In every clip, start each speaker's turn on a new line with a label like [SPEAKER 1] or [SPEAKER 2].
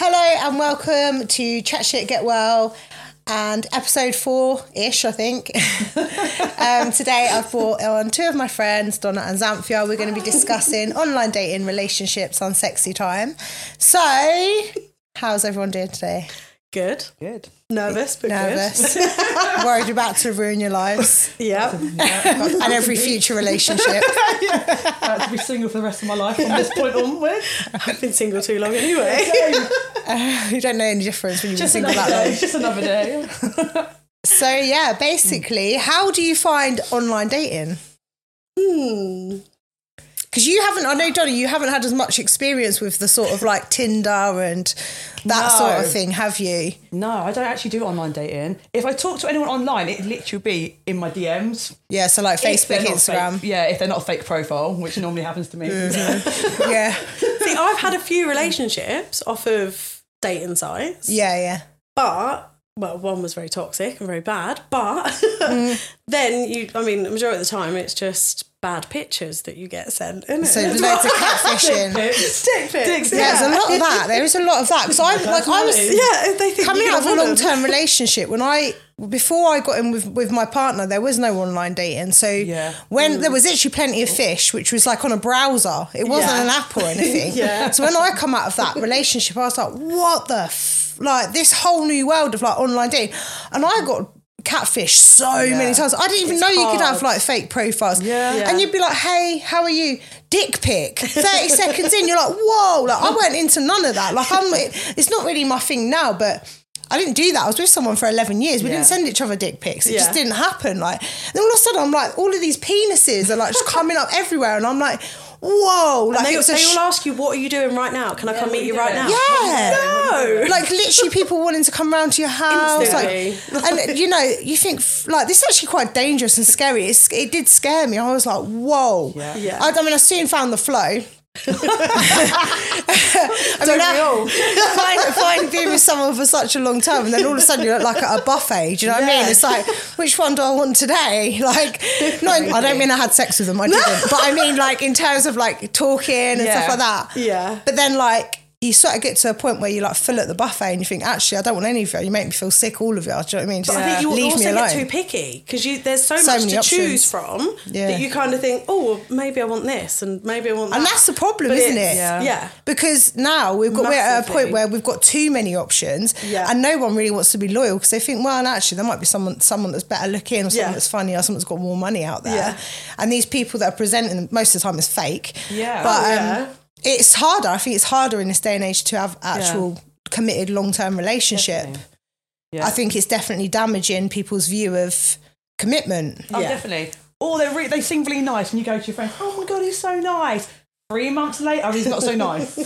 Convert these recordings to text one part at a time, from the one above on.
[SPEAKER 1] and welcome to Chat Shit Get Well and episode four ish, I think. um, today I've brought on two of my friends, Donna and Xanthia. We're going to be discussing online dating, relationships on sexy time. So, how's everyone doing today?
[SPEAKER 2] Good.
[SPEAKER 3] Good.
[SPEAKER 2] Nervous, but
[SPEAKER 1] Nervous? Worried you're about to ruin your lives
[SPEAKER 2] good. Yeah.
[SPEAKER 1] and every future relationship?
[SPEAKER 3] I have to be single for the rest of my life from this point onwards.
[SPEAKER 2] I've been single too long anyway.
[SPEAKER 1] you don't know any difference when you've been
[SPEAKER 3] Just
[SPEAKER 1] single
[SPEAKER 3] another
[SPEAKER 1] that long.
[SPEAKER 3] day. Just another day.
[SPEAKER 1] So yeah, basically, how do you find online dating?
[SPEAKER 3] Hmm.
[SPEAKER 1] Because you haven't, I know, Donna, you haven't had as much experience with the sort of like Tinder and that
[SPEAKER 3] No.
[SPEAKER 1] sort of thing, have you?
[SPEAKER 3] No, I don't actually do online dating. If I talk to anyone online, it literally be in my DMs.
[SPEAKER 1] Yeah, so like
[SPEAKER 3] If they're
[SPEAKER 1] Facebook,
[SPEAKER 3] not
[SPEAKER 1] Instagram. Mm.
[SPEAKER 3] fake- yeah, if they're not a fake profile, which normally happens to me.
[SPEAKER 1] Yeah,
[SPEAKER 2] See, I've had a few relationships off of dating sites,
[SPEAKER 1] yeah, yeah.
[SPEAKER 2] but well, one was very toxic and very bad. But
[SPEAKER 1] Mm.
[SPEAKER 2] then you, I mean, the majority of the time, it's just bad pictures that you get sent, isn't it?
[SPEAKER 1] So loads of catfishing.
[SPEAKER 2] Dick pics.
[SPEAKER 1] Yeah, there's a lot of that. There is a lot of that. Because I like I was
[SPEAKER 2] Yeah, they think
[SPEAKER 1] coming
[SPEAKER 2] you
[SPEAKER 1] out of a
[SPEAKER 2] want
[SPEAKER 1] long
[SPEAKER 2] them.
[SPEAKER 1] term relationship when I before I got in with, with my partner there was no online dating so
[SPEAKER 3] Yeah.
[SPEAKER 1] when
[SPEAKER 2] Mm.
[SPEAKER 1] there was literally plenty of fish which was like on a browser it wasn't
[SPEAKER 2] Yeah.
[SPEAKER 1] an app or anything
[SPEAKER 2] Yeah.
[SPEAKER 1] so when I come out of that relationship I was like what the f-? like this whole new world of like online dating and I got catfish so many times I didn't even know you could have
[SPEAKER 3] hard.
[SPEAKER 1] like fake profiles
[SPEAKER 3] Yeah. Yeah.
[SPEAKER 1] and you'd be like hey how are you dick pic 30 seconds in you're like whoa like I weren't into none of that like I'm it's not really my thing now but I didn't do that. I was with someone for 11 years. We
[SPEAKER 3] Yeah.
[SPEAKER 1] didn't send each other dick pics. It just
[SPEAKER 2] Yeah.
[SPEAKER 1] didn't happen. Like, then all of a sudden, I'm like, all of these penises are like just coming up everywhere. And I'm like, whoa. Like,
[SPEAKER 2] They,
[SPEAKER 1] it was a
[SPEAKER 2] they
[SPEAKER 1] sh-
[SPEAKER 2] all ask you, "What are you doing right now? Can I come meet you right now?"
[SPEAKER 1] Yeah.
[SPEAKER 2] No.
[SPEAKER 1] like literally people wanting to come round to your house like,
[SPEAKER 2] Instantly.
[SPEAKER 1] and you know you think f- like this is actually quite dangerous and scary it's, it did scare me i was like whoa
[SPEAKER 3] Yeah.
[SPEAKER 2] Yeah.
[SPEAKER 1] I, I mean i soon found the flow I mean, I- find, find being with someone for such a long time and then all of a sudden you look like at a buffet do you know what I mean it's like which one do I want today like no I don't mean I had sex with them I didn't but I mean like in terms of like talking and stuff
[SPEAKER 3] Yeah.
[SPEAKER 1] like that
[SPEAKER 2] Yeah.
[SPEAKER 1] but then like you sort of get to a point where you like full at the buffet and you think, actually, I don't want any of you. You make me feel sick, all of you. Do you know what I mean? Just
[SPEAKER 2] I think you
[SPEAKER 1] leave
[SPEAKER 2] also
[SPEAKER 1] me
[SPEAKER 2] get too
[SPEAKER 1] alone.
[SPEAKER 2] picky because you there's so,
[SPEAKER 1] So
[SPEAKER 2] much
[SPEAKER 1] many
[SPEAKER 2] to
[SPEAKER 1] options.
[SPEAKER 2] choose from
[SPEAKER 1] Yeah.
[SPEAKER 2] that you kind of think, oh, well, maybe I want this and maybe I want that.
[SPEAKER 1] And that's the problem,
[SPEAKER 2] But
[SPEAKER 1] isn't
[SPEAKER 2] it's-
[SPEAKER 1] it?
[SPEAKER 2] Yeah. yeah.
[SPEAKER 1] Because now we've got we're at a point
[SPEAKER 2] Massively.
[SPEAKER 1] where we've got too many options,
[SPEAKER 2] Yeah.
[SPEAKER 1] and no one really wants to be loyal because they think, well, actually, there might be someone someone that's better looking, or someone
[SPEAKER 2] Yeah.
[SPEAKER 1] that's funny, or someone that's got more money out there.
[SPEAKER 2] Yeah.
[SPEAKER 1] And these people that are presenting most of the time is fake.
[SPEAKER 3] Yeah.
[SPEAKER 1] but
[SPEAKER 2] Oh,
[SPEAKER 1] um,
[SPEAKER 2] yeah.
[SPEAKER 1] it's harder. I think it's harder in this day and age to have actual committed long term relationship.
[SPEAKER 3] Yeah.
[SPEAKER 1] I think it's definitely damaging people's view of commitment.
[SPEAKER 3] Oh,
[SPEAKER 2] Yeah.
[SPEAKER 3] definitely. Or they re- they seem really nice, and you go to your friends. Oh my god, he's so nice. Three months later, he's not so nice.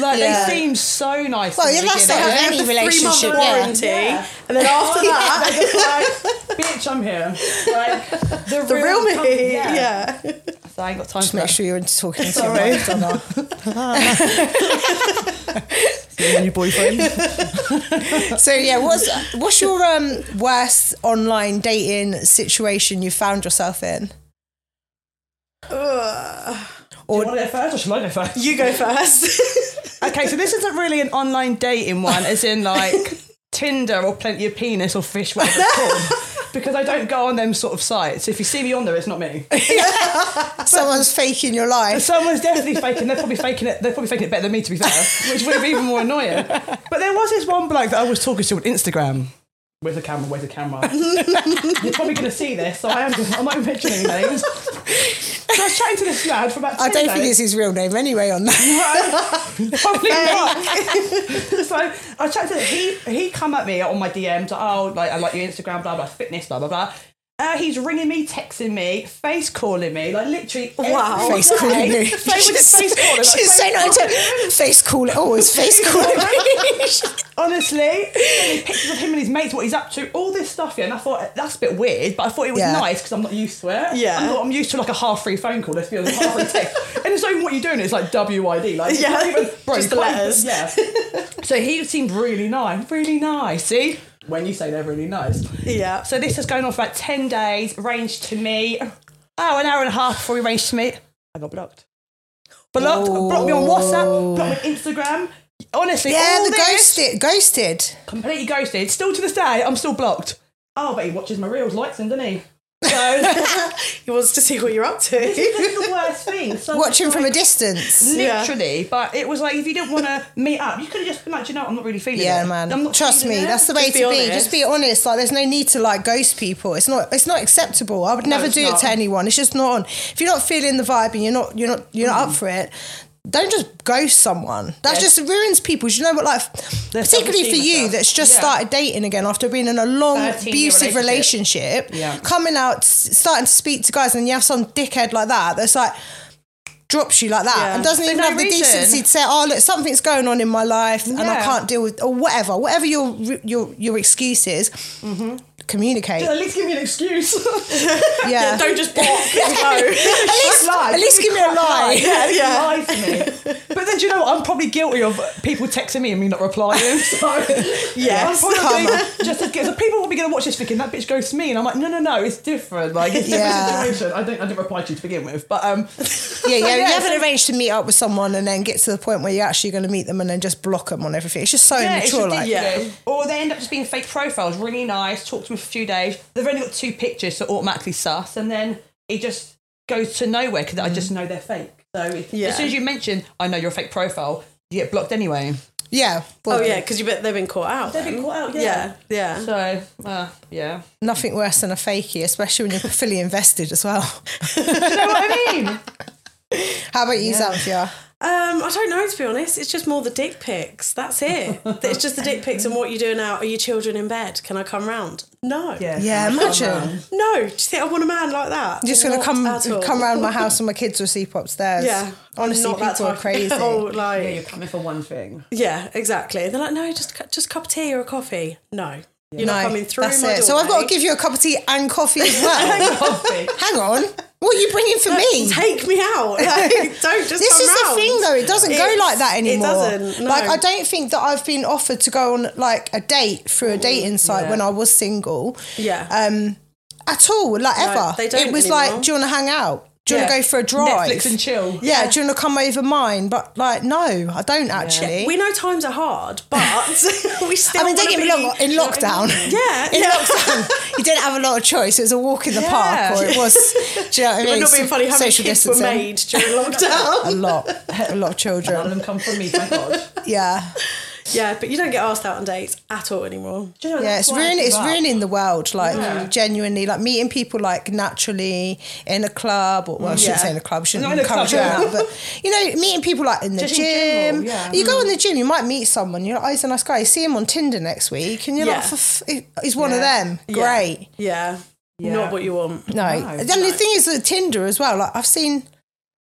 [SPEAKER 3] like
[SPEAKER 1] Yeah.
[SPEAKER 3] they seem so nice.
[SPEAKER 1] Well,
[SPEAKER 3] in the
[SPEAKER 1] yeah, that's
[SPEAKER 3] beginning.
[SPEAKER 1] like any
[SPEAKER 2] the
[SPEAKER 1] relationship,
[SPEAKER 2] three month
[SPEAKER 1] yeah.
[SPEAKER 2] warranty,
[SPEAKER 3] Yeah.
[SPEAKER 2] and then after that,
[SPEAKER 3] They're just like, bitch, I'm here. Like the,
[SPEAKER 2] the real me.
[SPEAKER 3] com-
[SPEAKER 2] yeah.
[SPEAKER 3] So I ain't got time
[SPEAKER 1] Just
[SPEAKER 3] for
[SPEAKER 1] make
[SPEAKER 3] that.
[SPEAKER 1] sure you're into talking to
[SPEAKER 3] Sorry.
[SPEAKER 1] your wife, Donna.
[SPEAKER 3] Your boyfriend.
[SPEAKER 1] So yeah, what's what's your um, worst online dating situation you found yourself in?
[SPEAKER 3] or want to go first, or shall I go first?
[SPEAKER 2] You go first.
[SPEAKER 3] Okay, so this isn't really an online dating one, as in like Tinder or Plenty of Penis or Fish, whatever it's called. Because I don't go on them sort of sites. If you see me on there, it's not me.
[SPEAKER 1] Someone's faking your life.
[SPEAKER 3] Someone's definitely faking. They're probably faking it. They're probably faking it better than me, to be fair, which would have been even more annoying. But there was this one bloke that I was talking to on Instagram. Where's the camera? Where's the camera? You're probably going to see this, so I am. Just, I'm not even mentioning names. So I was chatting to this lad for about.
[SPEAKER 1] I
[SPEAKER 3] 10
[SPEAKER 1] don't think
[SPEAKER 3] days.
[SPEAKER 1] it's his real name anyway. On that,
[SPEAKER 3] Probably not. so I checked it. He he come at me on my DMs. Like, oh, like I like your Instagram, blah blah, fitness, blah blah blah. Uh, he's ringing me, texting me, face calling me, like literally.
[SPEAKER 2] Wow.
[SPEAKER 3] every
[SPEAKER 1] face calling
[SPEAKER 3] day.
[SPEAKER 1] me.
[SPEAKER 3] Oh, Face, was it face calling. Like,
[SPEAKER 1] she's
[SPEAKER 3] face
[SPEAKER 1] saying I
[SPEAKER 3] calling.
[SPEAKER 1] don't face calling. Oh, it's face calling me.
[SPEAKER 3] Honestly, pictures of him and his mates, what he's up to, all this stuff. Yeah, and I thought that's a bit weird, but I thought it was
[SPEAKER 1] Yeah.
[SPEAKER 3] nice because I'm not used to it.
[SPEAKER 2] Yeah.
[SPEAKER 3] I'm, not, I'm used to like a half free phone call. Let's be honest, half free text, and it's not even what you're doing. It's like WID, like
[SPEAKER 2] Yeah.
[SPEAKER 3] not even, bro,
[SPEAKER 2] Just
[SPEAKER 3] you
[SPEAKER 2] the
[SPEAKER 3] can't-
[SPEAKER 2] letters.
[SPEAKER 3] Yeah. so he seemed really nice, really nice. See, when you say they're really nice,
[SPEAKER 2] yeah.
[SPEAKER 3] so this is going on for about 10 days, ranged to me. Oh, an hour and a half before we ranged to meet. I got blocked. Blocked, blocked me on WhatsApp, blocked me on Instagram. Honestly,
[SPEAKER 1] Yeah,
[SPEAKER 3] all
[SPEAKER 1] Uh, the
[SPEAKER 3] this,
[SPEAKER 1] ghosted, ghosted.
[SPEAKER 3] completely ghosted. Still to this day, I'm still blocked. Oh, but he watches my reels, likes them, doesn't he? So
[SPEAKER 2] He wants to see what you're up to.
[SPEAKER 3] this is the worst thing. So
[SPEAKER 1] Watching from a
[SPEAKER 3] like,
[SPEAKER 1] distance.
[SPEAKER 2] Yeah.
[SPEAKER 3] literally. But it was like if you didn't want to meet up, you could have just been like, "Do you know, what? I'm not really feeling
[SPEAKER 1] Yeah,
[SPEAKER 3] it. I'm
[SPEAKER 1] man.
[SPEAKER 3] not
[SPEAKER 1] Trust me,
[SPEAKER 3] feeling it."
[SPEAKER 1] that's the way
[SPEAKER 2] Just
[SPEAKER 1] to
[SPEAKER 2] be
[SPEAKER 1] be.
[SPEAKER 2] honest.
[SPEAKER 1] Just be honest. Like, there's no need to like ghost people. It's not. It's not acceptable. I would never
[SPEAKER 3] it's
[SPEAKER 1] do it
[SPEAKER 3] not.
[SPEAKER 1] to anyone. It's just not on. If you're not feeling the vibe and you're not, you're not, you're
[SPEAKER 3] Mm.
[SPEAKER 1] not up for it. Don't just ghost someone. That just ruins people. Do you know what? Like,
[SPEAKER 3] Their
[SPEAKER 1] particularly for
[SPEAKER 3] self-esteem
[SPEAKER 1] you,
[SPEAKER 3] and stuff.
[SPEAKER 1] that's just
[SPEAKER 3] Yeah.
[SPEAKER 1] started dating again after being in a long
[SPEAKER 3] 13-year
[SPEAKER 1] abusive relationship.
[SPEAKER 3] relationship. Yeah.
[SPEAKER 1] Coming out, s- starting to speak to guys, and you have some dickhead like that. That's like drops you like that
[SPEAKER 2] Yeah.
[SPEAKER 1] and doesn't
[SPEAKER 3] For
[SPEAKER 1] even
[SPEAKER 3] no
[SPEAKER 1] have the
[SPEAKER 3] reason.
[SPEAKER 1] decency to say, "Oh, look, something's going on in my life, and I
[SPEAKER 3] Yeah.
[SPEAKER 1] can't deal with," or whatever, whatever your your your excuse is.
[SPEAKER 2] Mm-hmm.
[SPEAKER 1] Communicate.
[SPEAKER 3] At least give me an excuse.
[SPEAKER 1] Yeah.
[SPEAKER 2] Don't just block and go.
[SPEAKER 1] at least,
[SPEAKER 3] lie.
[SPEAKER 1] at least give me a lie.
[SPEAKER 3] yeah,
[SPEAKER 2] Yeah.
[SPEAKER 3] lie to me. But then, do you know what? I'm probably guilty of people texting me and me not replying. So
[SPEAKER 2] Yes.
[SPEAKER 3] I'm probably
[SPEAKER 1] Karma.
[SPEAKER 3] just as guilty. So people will be going to watch this thinking that bitch goes to me, and I'm like, no, no, no, it's different. Like it's a different
[SPEAKER 1] Yeah.
[SPEAKER 3] situation. I didn't, I didn't reply to you to begin with, but um,
[SPEAKER 1] Yeah, yeah. You
[SPEAKER 3] yeah,
[SPEAKER 1] haven't arranged to meet up with someone and then get to the point where you're actually going to meet them and then just block them on everything. It's just so
[SPEAKER 3] yeah, it's
[SPEAKER 1] immature.
[SPEAKER 3] ridiculous.
[SPEAKER 1] Like,
[SPEAKER 2] Yeah.
[SPEAKER 3] Or they end up just being fake profiles, really nice, talk to him for a few days. They've only got two pictures, so automatically sus, and then it just goes to nowhere because I just know they're fake. So if-
[SPEAKER 2] Yeah.
[SPEAKER 3] as soon as you mention, I know you're a fake profile, you get blocked anyway.
[SPEAKER 1] yeah.
[SPEAKER 2] Oh
[SPEAKER 1] Well,
[SPEAKER 2] yeah, because you bet they've been caught out.
[SPEAKER 3] They've been
[SPEAKER 2] then.
[SPEAKER 3] caught out, yeah.
[SPEAKER 2] yeah, yeah.
[SPEAKER 3] So, uh, yeah.
[SPEAKER 1] Nothing worse than a fakie, especially when you're fully invested as well.
[SPEAKER 3] know what I mean?
[SPEAKER 1] How about you, Xanthia?
[SPEAKER 2] Um, I don't know to be honest. It's just more the dick pics. That's it. it's just the dick pics and what you do now. Are your children in bed? Can I come round? No.
[SPEAKER 1] Yeah, imagine.
[SPEAKER 2] No. Do you think I want a man like that?
[SPEAKER 1] You're just gonna
[SPEAKER 2] Not
[SPEAKER 1] come
[SPEAKER 2] at all.
[SPEAKER 1] come round my house and my kids will sleep upstairs.
[SPEAKER 2] Yeah.
[SPEAKER 1] honestly,
[SPEAKER 2] Not that
[SPEAKER 1] people are
[SPEAKER 2] type-
[SPEAKER 1] crazy.
[SPEAKER 2] Oh,
[SPEAKER 3] Yeah,
[SPEAKER 2] like
[SPEAKER 3] you're coming for one thing.
[SPEAKER 2] yeah, exactly. They're like, no, just cu- just a cup of tea or a coffee. No, you're not
[SPEAKER 1] No,
[SPEAKER 2] coming through
[SPEAKER 1] that's
[SPEAKER 2] my
[SPEAKER 1] it. So I've got to
[SPEAKER 2] doorway.
[SPEAKER 1] give you a cup of tea and coffee as well.
[SPEAKER 3] Coffee.
[SPEAKER 1] Hang on, what are you bringing for me?
[SPEAKER 2] Take me out. Like, don't just.
[SPEAKER 1] This
[SPEAKER 2] come
[SPEAKER 1] is
[SPEAKER 2] round.
[SPEAKER 1] the thing, though. It doesn't go
[SPEAKER 2] It's-
[SPEAKER 1] like that
[SPEAKER 2] it
[SPEAKER 1] anymore.
[SPEAKER 2] doesn't, no.
[SPEAKER 1] Like I don't think that I've been offered to go on like a date through a dating site
[SPEAKER 3] yeah.
[SPEAKER 1] when I was single
[SPEAKER 2] Yeah.
[SPEAKER 1] um, at all, like ever.
[SPEAKER 2] they don't
[SPEAKER 1] it was like,
[SPEAKER 2] anymore.
[SPEAKER 1] do you want to hang out? Do you want to
[SPEAKER 3] Yeah.
[SPEAKER 1] go for a drive?
[SPEAKER 3] Netflix and chill.
[SPEAKER 1] Yeah, do you want to come over mine? But like, no, I don't actually.
[SPEAKER 2] we know times are hard, but we still.
[SPEAKER 1] I mean, don't
[SPEAKER 2] wanna
[SPEAKER 1] get me
[SPEAKER 2] be-
[SPEAKER 1] wrong. In lockdown,
[SPEAKER 2] Yeah,
[SPEAKER 1] in
[SPEAKER 2] yeah.
[SPEAKER 1] lockdown, "Oh, you didn't have a lot of choice. It was a walk in the park, or it was. Do you know what I mean?
[SPEAKER 2] I'm not being funny. How many kids
[SPEAKER 1] Social distancing.
[SPEAKER 2] were made during lockdown?
[SPEAKER 1] A lot, a lot of
[SPEAKER 3] None of
[SPEAKER 1] children.
[SPEAKER 3] them come from me, thank God.
[SPEAKER 1] Yeah,
[SPEAKER 2] yeah, but you don't get asked out on dates at all anymore.
[SPEAKER 3] Do you know,
[SPEAKER 1] yeah.
[SPEAKER 3] that's
[SPEAKER 1] It's
[SPEAKER 3] why I
[SPEAKER 1] ruining.
[SPEAKER 3] give
[SPEAKER 1] It's
[SPEAKER 3] up.
[SPEAKER 1] ruining the world. Like
[SPEAKER 3] Yeah.
[SPEAKER 1] genuinely, like meeting people like naturally in a club, or well, I shouldn't
[SPEAKER 2] Yeah.
[SPEAKER 1] say in a club. I shouldn't
[SPEAKER 3] Not in a
[SPEAKER 1] encourage that,
[SPEAKER 3] club, yeah.
[SPEAKER 1] but you know, meeting people like in the
[SPEAKER 3] Just in
[SPEAKER 1] gym.
[SPEAKER 3] general, yeah.
[SPEAKER 1] You go in the gym, you might meet someone. You're like, oh, he's a nice guy. You see him on Tinder next week, and you're
[SPEAKER 2] Yeah.
[SPEAKER 1] like, for f- he's one of
[SPEAKER 3] Yeah.
[SPEAKER 1] them.
[SPEAKER 2] Yeah.
[SPEAKER 1] Great.
[SPEAKER 2] Yeah.
[SPEAKER 3] Yeah.
[SPEAKER 2] Not what you want.
[SPEAKER 1] No.
[SPEAKER 3] No,
[SPEAKER 1] and then the thing is with Tinder as well, like I've seen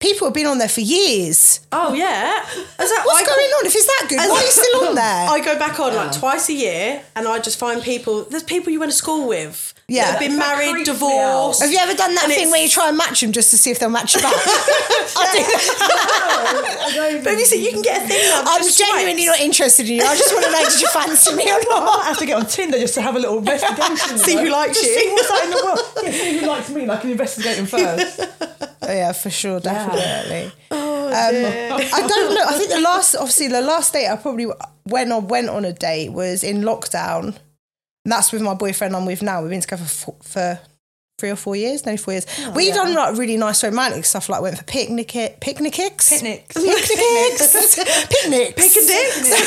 [SPEAKER 1] people have been on there for years.
[SPEAKER 2] Oh yeah. Is that-
[SPEAKER 1] What's
[SPEAKER 2] I-
[SPEAKER 1] going on? If it's that good,
[SPEAKER 2] As-
[SPEAKER 1] why are you still on there?
[SPEAKER 2] I go back on like twice a year, and I just find people. There's people you went to school with.
[SPEAKER 1] Yeah.
[SPEAKER 2] that have been
[SPEAKER 3] That
[SPEAKER 2] married,
[SPEAKER 3] creeps me
[SPEAKER 2] divorced.
[SPEAKER 1] have you ever done that
[SPEAKER 2] And
[SPEAKER 1] thing
[SPEAKER 2] it's-
[SPEAKER 1] where you try and match them just to see if they'll match you back? I do.
[SPEAKER 2] But have you seen? You can get a thing. now that
[SPEAKER 1] I'm
[SPEAKER 2] just
[SPEAKER 1] genuinely
[SPEAKER 2] swipes.
[SPEAKER 1] not interested in you. I just want to know did you fancy me or
[SPEAKER 3] I
[SPEAKER 1] not?
[SPEAKER 3] might have to get on Tinder just to have a little investigation.
[SPEAKER 2] See
[SPEAKER 3] you
[SPEAKER 2] who
[SPEAKER 3] know?
[SPEAKER 2] likes
[SPEAKER 3] Just
[SPEAKER 2] you.
[SPEAKER 3] See what's out in the world. Yeah, see who likes me. and I can investigate him first.
[SPEAKER 1] Oh, yeah, for sure, definitely. um, I don't know. I think the last, obviously, the last date I probably went on went on a date was in lockdown. And that's with my boyfriend I'm with now. We've been together for, for three or four years, no, four years. We've done like really nice romantic stuff, like went for picnic picnic
[SPEAKER 3] Picnics.
[SPEAKER 1] picnics, picnics,
[SPEAKER 2] Dicks.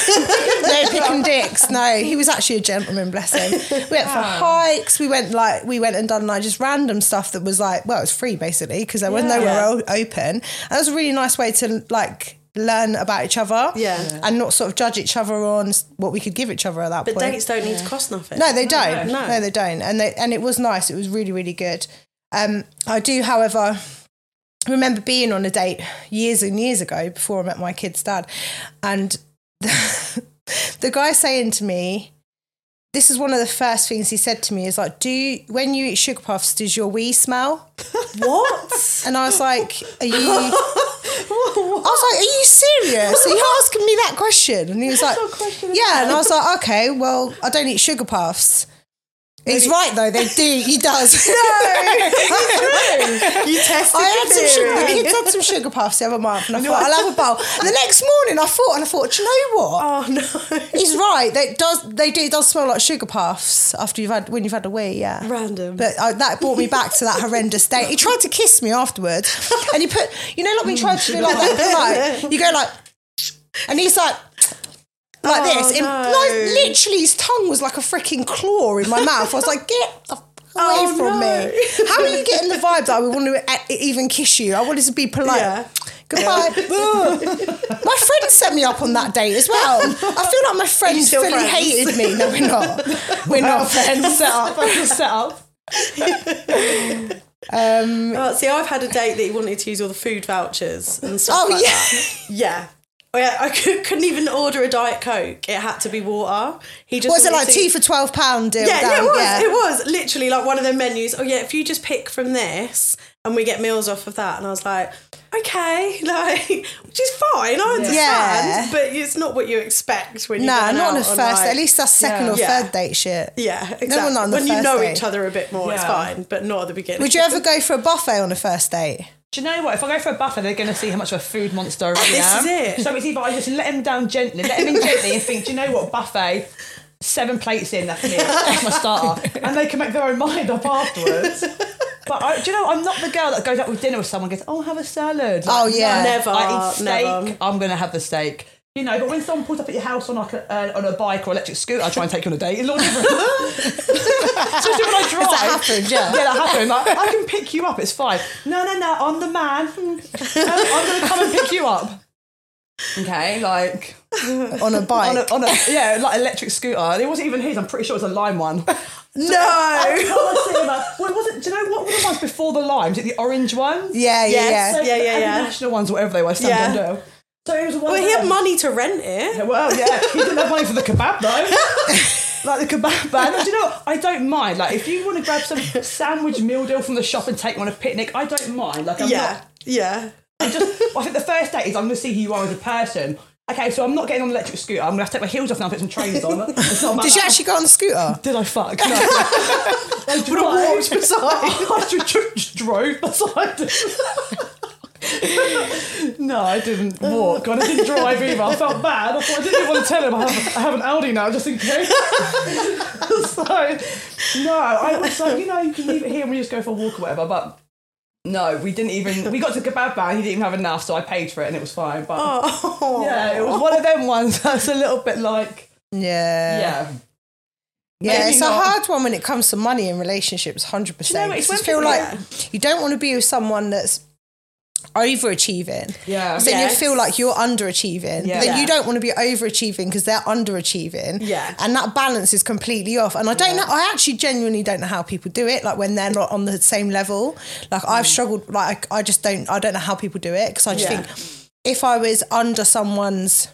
[SPEAKER 1] no picking dicks. No, he was actually a gentleman. Bless him. We went for hikes. We went like we went and done like just random stuff that was like well, it was free basically because there was
[SPEAKER 3] Yeah.
[SPEAKER 1] nowhere o- open. And that was a really nice way to like learn about each other.
[SPEAKER 2] Yeah. Yeah.
[SPEAKER 1] and not sort of judge each other on s- what we could give each other at that
[SPEAKER 2] But
[SPEAKER 1] point.
[SPEAKER 2] dates don't need to cost nothing.
[SPEAKER 1] No, they don't. No,
[SPEAKER 2] No.
[SPEAKER 1] they don't. And they and it was nice. It was really really good. Um, I do, however, remember being on a date years and years ago before I met my kid's dad, and the, the guy saying to me. This is one of the first things he said to me is like, "Do you, when you eat sugar puffs, does your wee smell?"
[SPEAKER 2] What?
[SPEAKER 1] And I was like, "Are you?" I was like, "Are you serious? Are you asking me that question?" And he was like,
[SPEAKER 3] question
[SPEAKER 1] "Yeah." And I was like, "Okay, well, I don't eat sugar puffs." He's right though. They do. He does.
[SPEAKER 2] You tested
[SPEAKER 1] I
[SPEAKER 2] your
[SPEAKER 1] had some
[SPEAKER 2] theory.
[SPEAKER 1] sugar. I had some sugar puffs the other month, and I thought I'll have a bowl. And the next morning, I thought and I thought, do you know what?
[SPEAKER 2] Oh no!
[SPEAKER 1] He's right. They does they do it does smell like sugar puffs after you've had when you've had a wee. Yeah,
[SPEAKER 2] Random.
[SPEAKER 1] But I, that brought me back to that horrendous day. He tried to kiss me afterwards, and he put you know like when you try to do like that. Like, you go like, and he's like. Like
[SPEAKER 2] Oh,
[SPEAKER 1] this, and
[SPEAKER 2] no.
[SPEAKER 1] like, literally, his tongue was like a freaking claw in my mouth. I was like, "Get the fuck away
[SPEAKER 2] Oh,
[SPEAKER 1] from
[SPEAKER 2] no.
[SPEAKER 1] me!" How are you getting the vibe that I would want to uh, even kiss you? I wanted to be polite.
[SPEAKER 2] Yeah.
[SPEAKER 1] Goodbye. My friend set me up on that date as well. I feel like my friends
[SPEAKER 2] still
[SPEAKER 1] fully
[SPEAKER 2] friends?
[SPEAKER 1] hated me. No, we're not. We're not friends.
[SPEAKER 3] set up. I just set up.
[SPEAKER 2] Oh, see, I've had a date that he wanted to use all the food vouchers and stuff.
[SPEAKER 1] Oh
[SPEAKER 2] like that.
[SPEAKER 1] yeah.
[SPEAKER 2] yeah. Oh, yeah, I could, couldn't even order a diet coke. It had to be water. He just
[SPEAKER 1] What was it
[SPEAKER 2] wanted
[SPEAKER 1] like?
[SPEAKER 2] to-
[SPEAKER 1] Tea for twelve pound deal.
[SPEAKER 2] Yeah,
[SPEAKER 1] down,
[SPEAKER 2] yeah, it was. It was literally like one of their menus. Oh yeah, if you just pick from this and we get meals off of that, and I was like, okay, like which is fine. I understand,
[SPEAKER 1] Yeah.
[SPEAKER 2] but it's not what you expect when you
[SPEAKER 1] No,
[SPEAKER 2] going
[SPEAKER 1] not on
[SPEAKER 2] out
[SPEAKER 1] the first.
[SPEAKER 2] like-
[SPEAKER 1] At least that's second
[SPEAKER 3] Yeah.
[SPEAKER 1] or
[SPEAKER 2] Yeah.
[SPEAKER 1] third date shit.
[SPEAKER 2] Yeah, exactly.
[SPEAKER 1] No, we're not on the
[SPEAKER 2] when you
[SPEAKER 1] first
[SPEAKER 2] know
[SPEAKER 1] date.
[SPEAKER 2] each other a bit more, it's
[SPEAKER 3] Yeah.
[SPEAKER 2] fine, but not at the beginning.
[SPEAKER 1] Would you ever go for a buffet on a first date?
[SPEAKER 3] Do you know what? If I go for a buffet, they're going to see how much of a food monster I really
[SPEAKER 2] This
[SPEAKER 3] am.
[SPEAKER 2] is it.
[SPEAKER 3] So it's either I just let him down gently, let him in gently, and think, do you know what? Buffet, seven plates in, that's it. That's my starter. And they can make their own mind up afterwards. But I, do you know, I'm not the girl that goes out with dinner with someone and goes, oh, have a salad. Like,
[SPEAKER 1] Oh yeah.
[SPEAKER 2] Never,
[SPEAKER 3] I eat steak.
[SPEAKER 2] never.
[SPEAKER 3] I'm going to have the steak. You know, but when someone pulls up at your house on like a, uh, on a bike or electric scooter, I try and take you on a date. It's all different. Especially when I drive.
[SPEAKER 1] that happened? Yeah.
[SPEAKER 3] Yeah, that happened. Like, I can pick you up. It's fine. No, no, no. I'm the man. Hmm. I'm, I'm going to come and pick you up. Okay, like
[SPEAKER 1] On a bike.
[SPEAKER 3] on a, on a yeah, like electric scooter. It wasn't even his. I'm pretty sure it was a lime one.
[SPEAKER 2] No.
[SPEAKER 3] well, it wasn't. Do you know what were the ones before the limes? It the orange ones.
[SPEAKER 1] yeah, yeah,
[SPEAKER 2] Yes.
[SPEAKER 1] yeah.
[SPEAKER 2] Yeah, yeah,
[SPEAKER 3] and the
[SPEAKER 2] yeah.
[SPEAKER 3] National ones, whatever they were,
[SPEAKER 2] Yeah.
[SPEAKER 3] Santander. So it was one.
[SPEAKER 2] Well,
[SPEAKER 3] of
[SPEAKER 2] he had
[SPEAKER 3] them.
[SPEAKER 2] money to rent it.
[SPEAKER 3] Well, yeah, he didn't have money for the kebab though. like the kebab ban. Do you know what? I don't mind. Like if you want to grab some sandwich meal deal from the shop and take one a picnic, I don't mind. Like I'm
[SPEAKER 2] yeah,
[SPEAKER 3] not.
[SPEAKER 2] yeah.
[SPEAKER 3] I just. I think the first date is I'm going to see who you are as a person. Okay, so I'm not getting on an electric scooter. I'm going to have to take my heels off now and put some trains on. It's not my
[SPEAKER 1] Did you
[SPEAKER 3] bag.
[SPEAKER 1] actually go on a scooter?
[SPEAKER 3] Did I fuck? No. I
[SPEAKER 2] walked beside.
[SPEAKER 3] I ju- ju- just drove beside him. no, I didn't walk. God, I didn't drive either. I felt bad. I thought I didn't even want to tell him I have, I have an Audi now, just in case. so, no, I was like, you know, you can leave it here and we just go for a walk or whatever. But no, we didn't even. We got to kebab bar. He didn't even have enough, so I paid for it and it was fine. But
[SPEAKER 2] Oh.
[SPEAKER 3] yeah, it was one of them ones that's a little bit like
[SPEAKER 1] Yeah.
[SPEAKER 3] yeah.
[SPEAKER 1] Yeah,
[SPEAKER 3] Maybe
[SPEAKER 1] it's
[SPEAKER 3] not.
[SPEAKER 1] a hard one when it comes to money in relationships, hundred
[SPEAKER 3] Do you
[SPEAKER 1] percent.
[SPEAKER 3] know,
[SPEAKER 1] I
[SPEAKER 3] it's when
[SPEAKER 1] just feel
[SPEAKER 3] people-
[SPEAKER 1] like you don't want to be with someone that's overachieving.
[SPEAKER 3] Yeah.
[SPEAKER 1] So
[SPEAKER 2] Yes.
[SPEAKER 1] you feel like you're underachieving.
[SPEAKER 3] Yeah.
[SPEAKER 1] But then
[SPEAKER 3] Yeah.
[SPEAKER 1] you don't want to be overachieving because they're underachieving.
[SPEAKER 2] Yeah.
[SPEAKER 1] And that balance is completely off. And I don't know. I actually genuinely don't know how people do it. Like when they're not on the same level. Like I've
[SPEAKER 3] Mm.
[SPEAKER 1] struggled. Like I, I just don't. I don't know how people do it because I just
[SPEAKER 2] Yeah.
[SPEAKER 1] think if I was under someone's.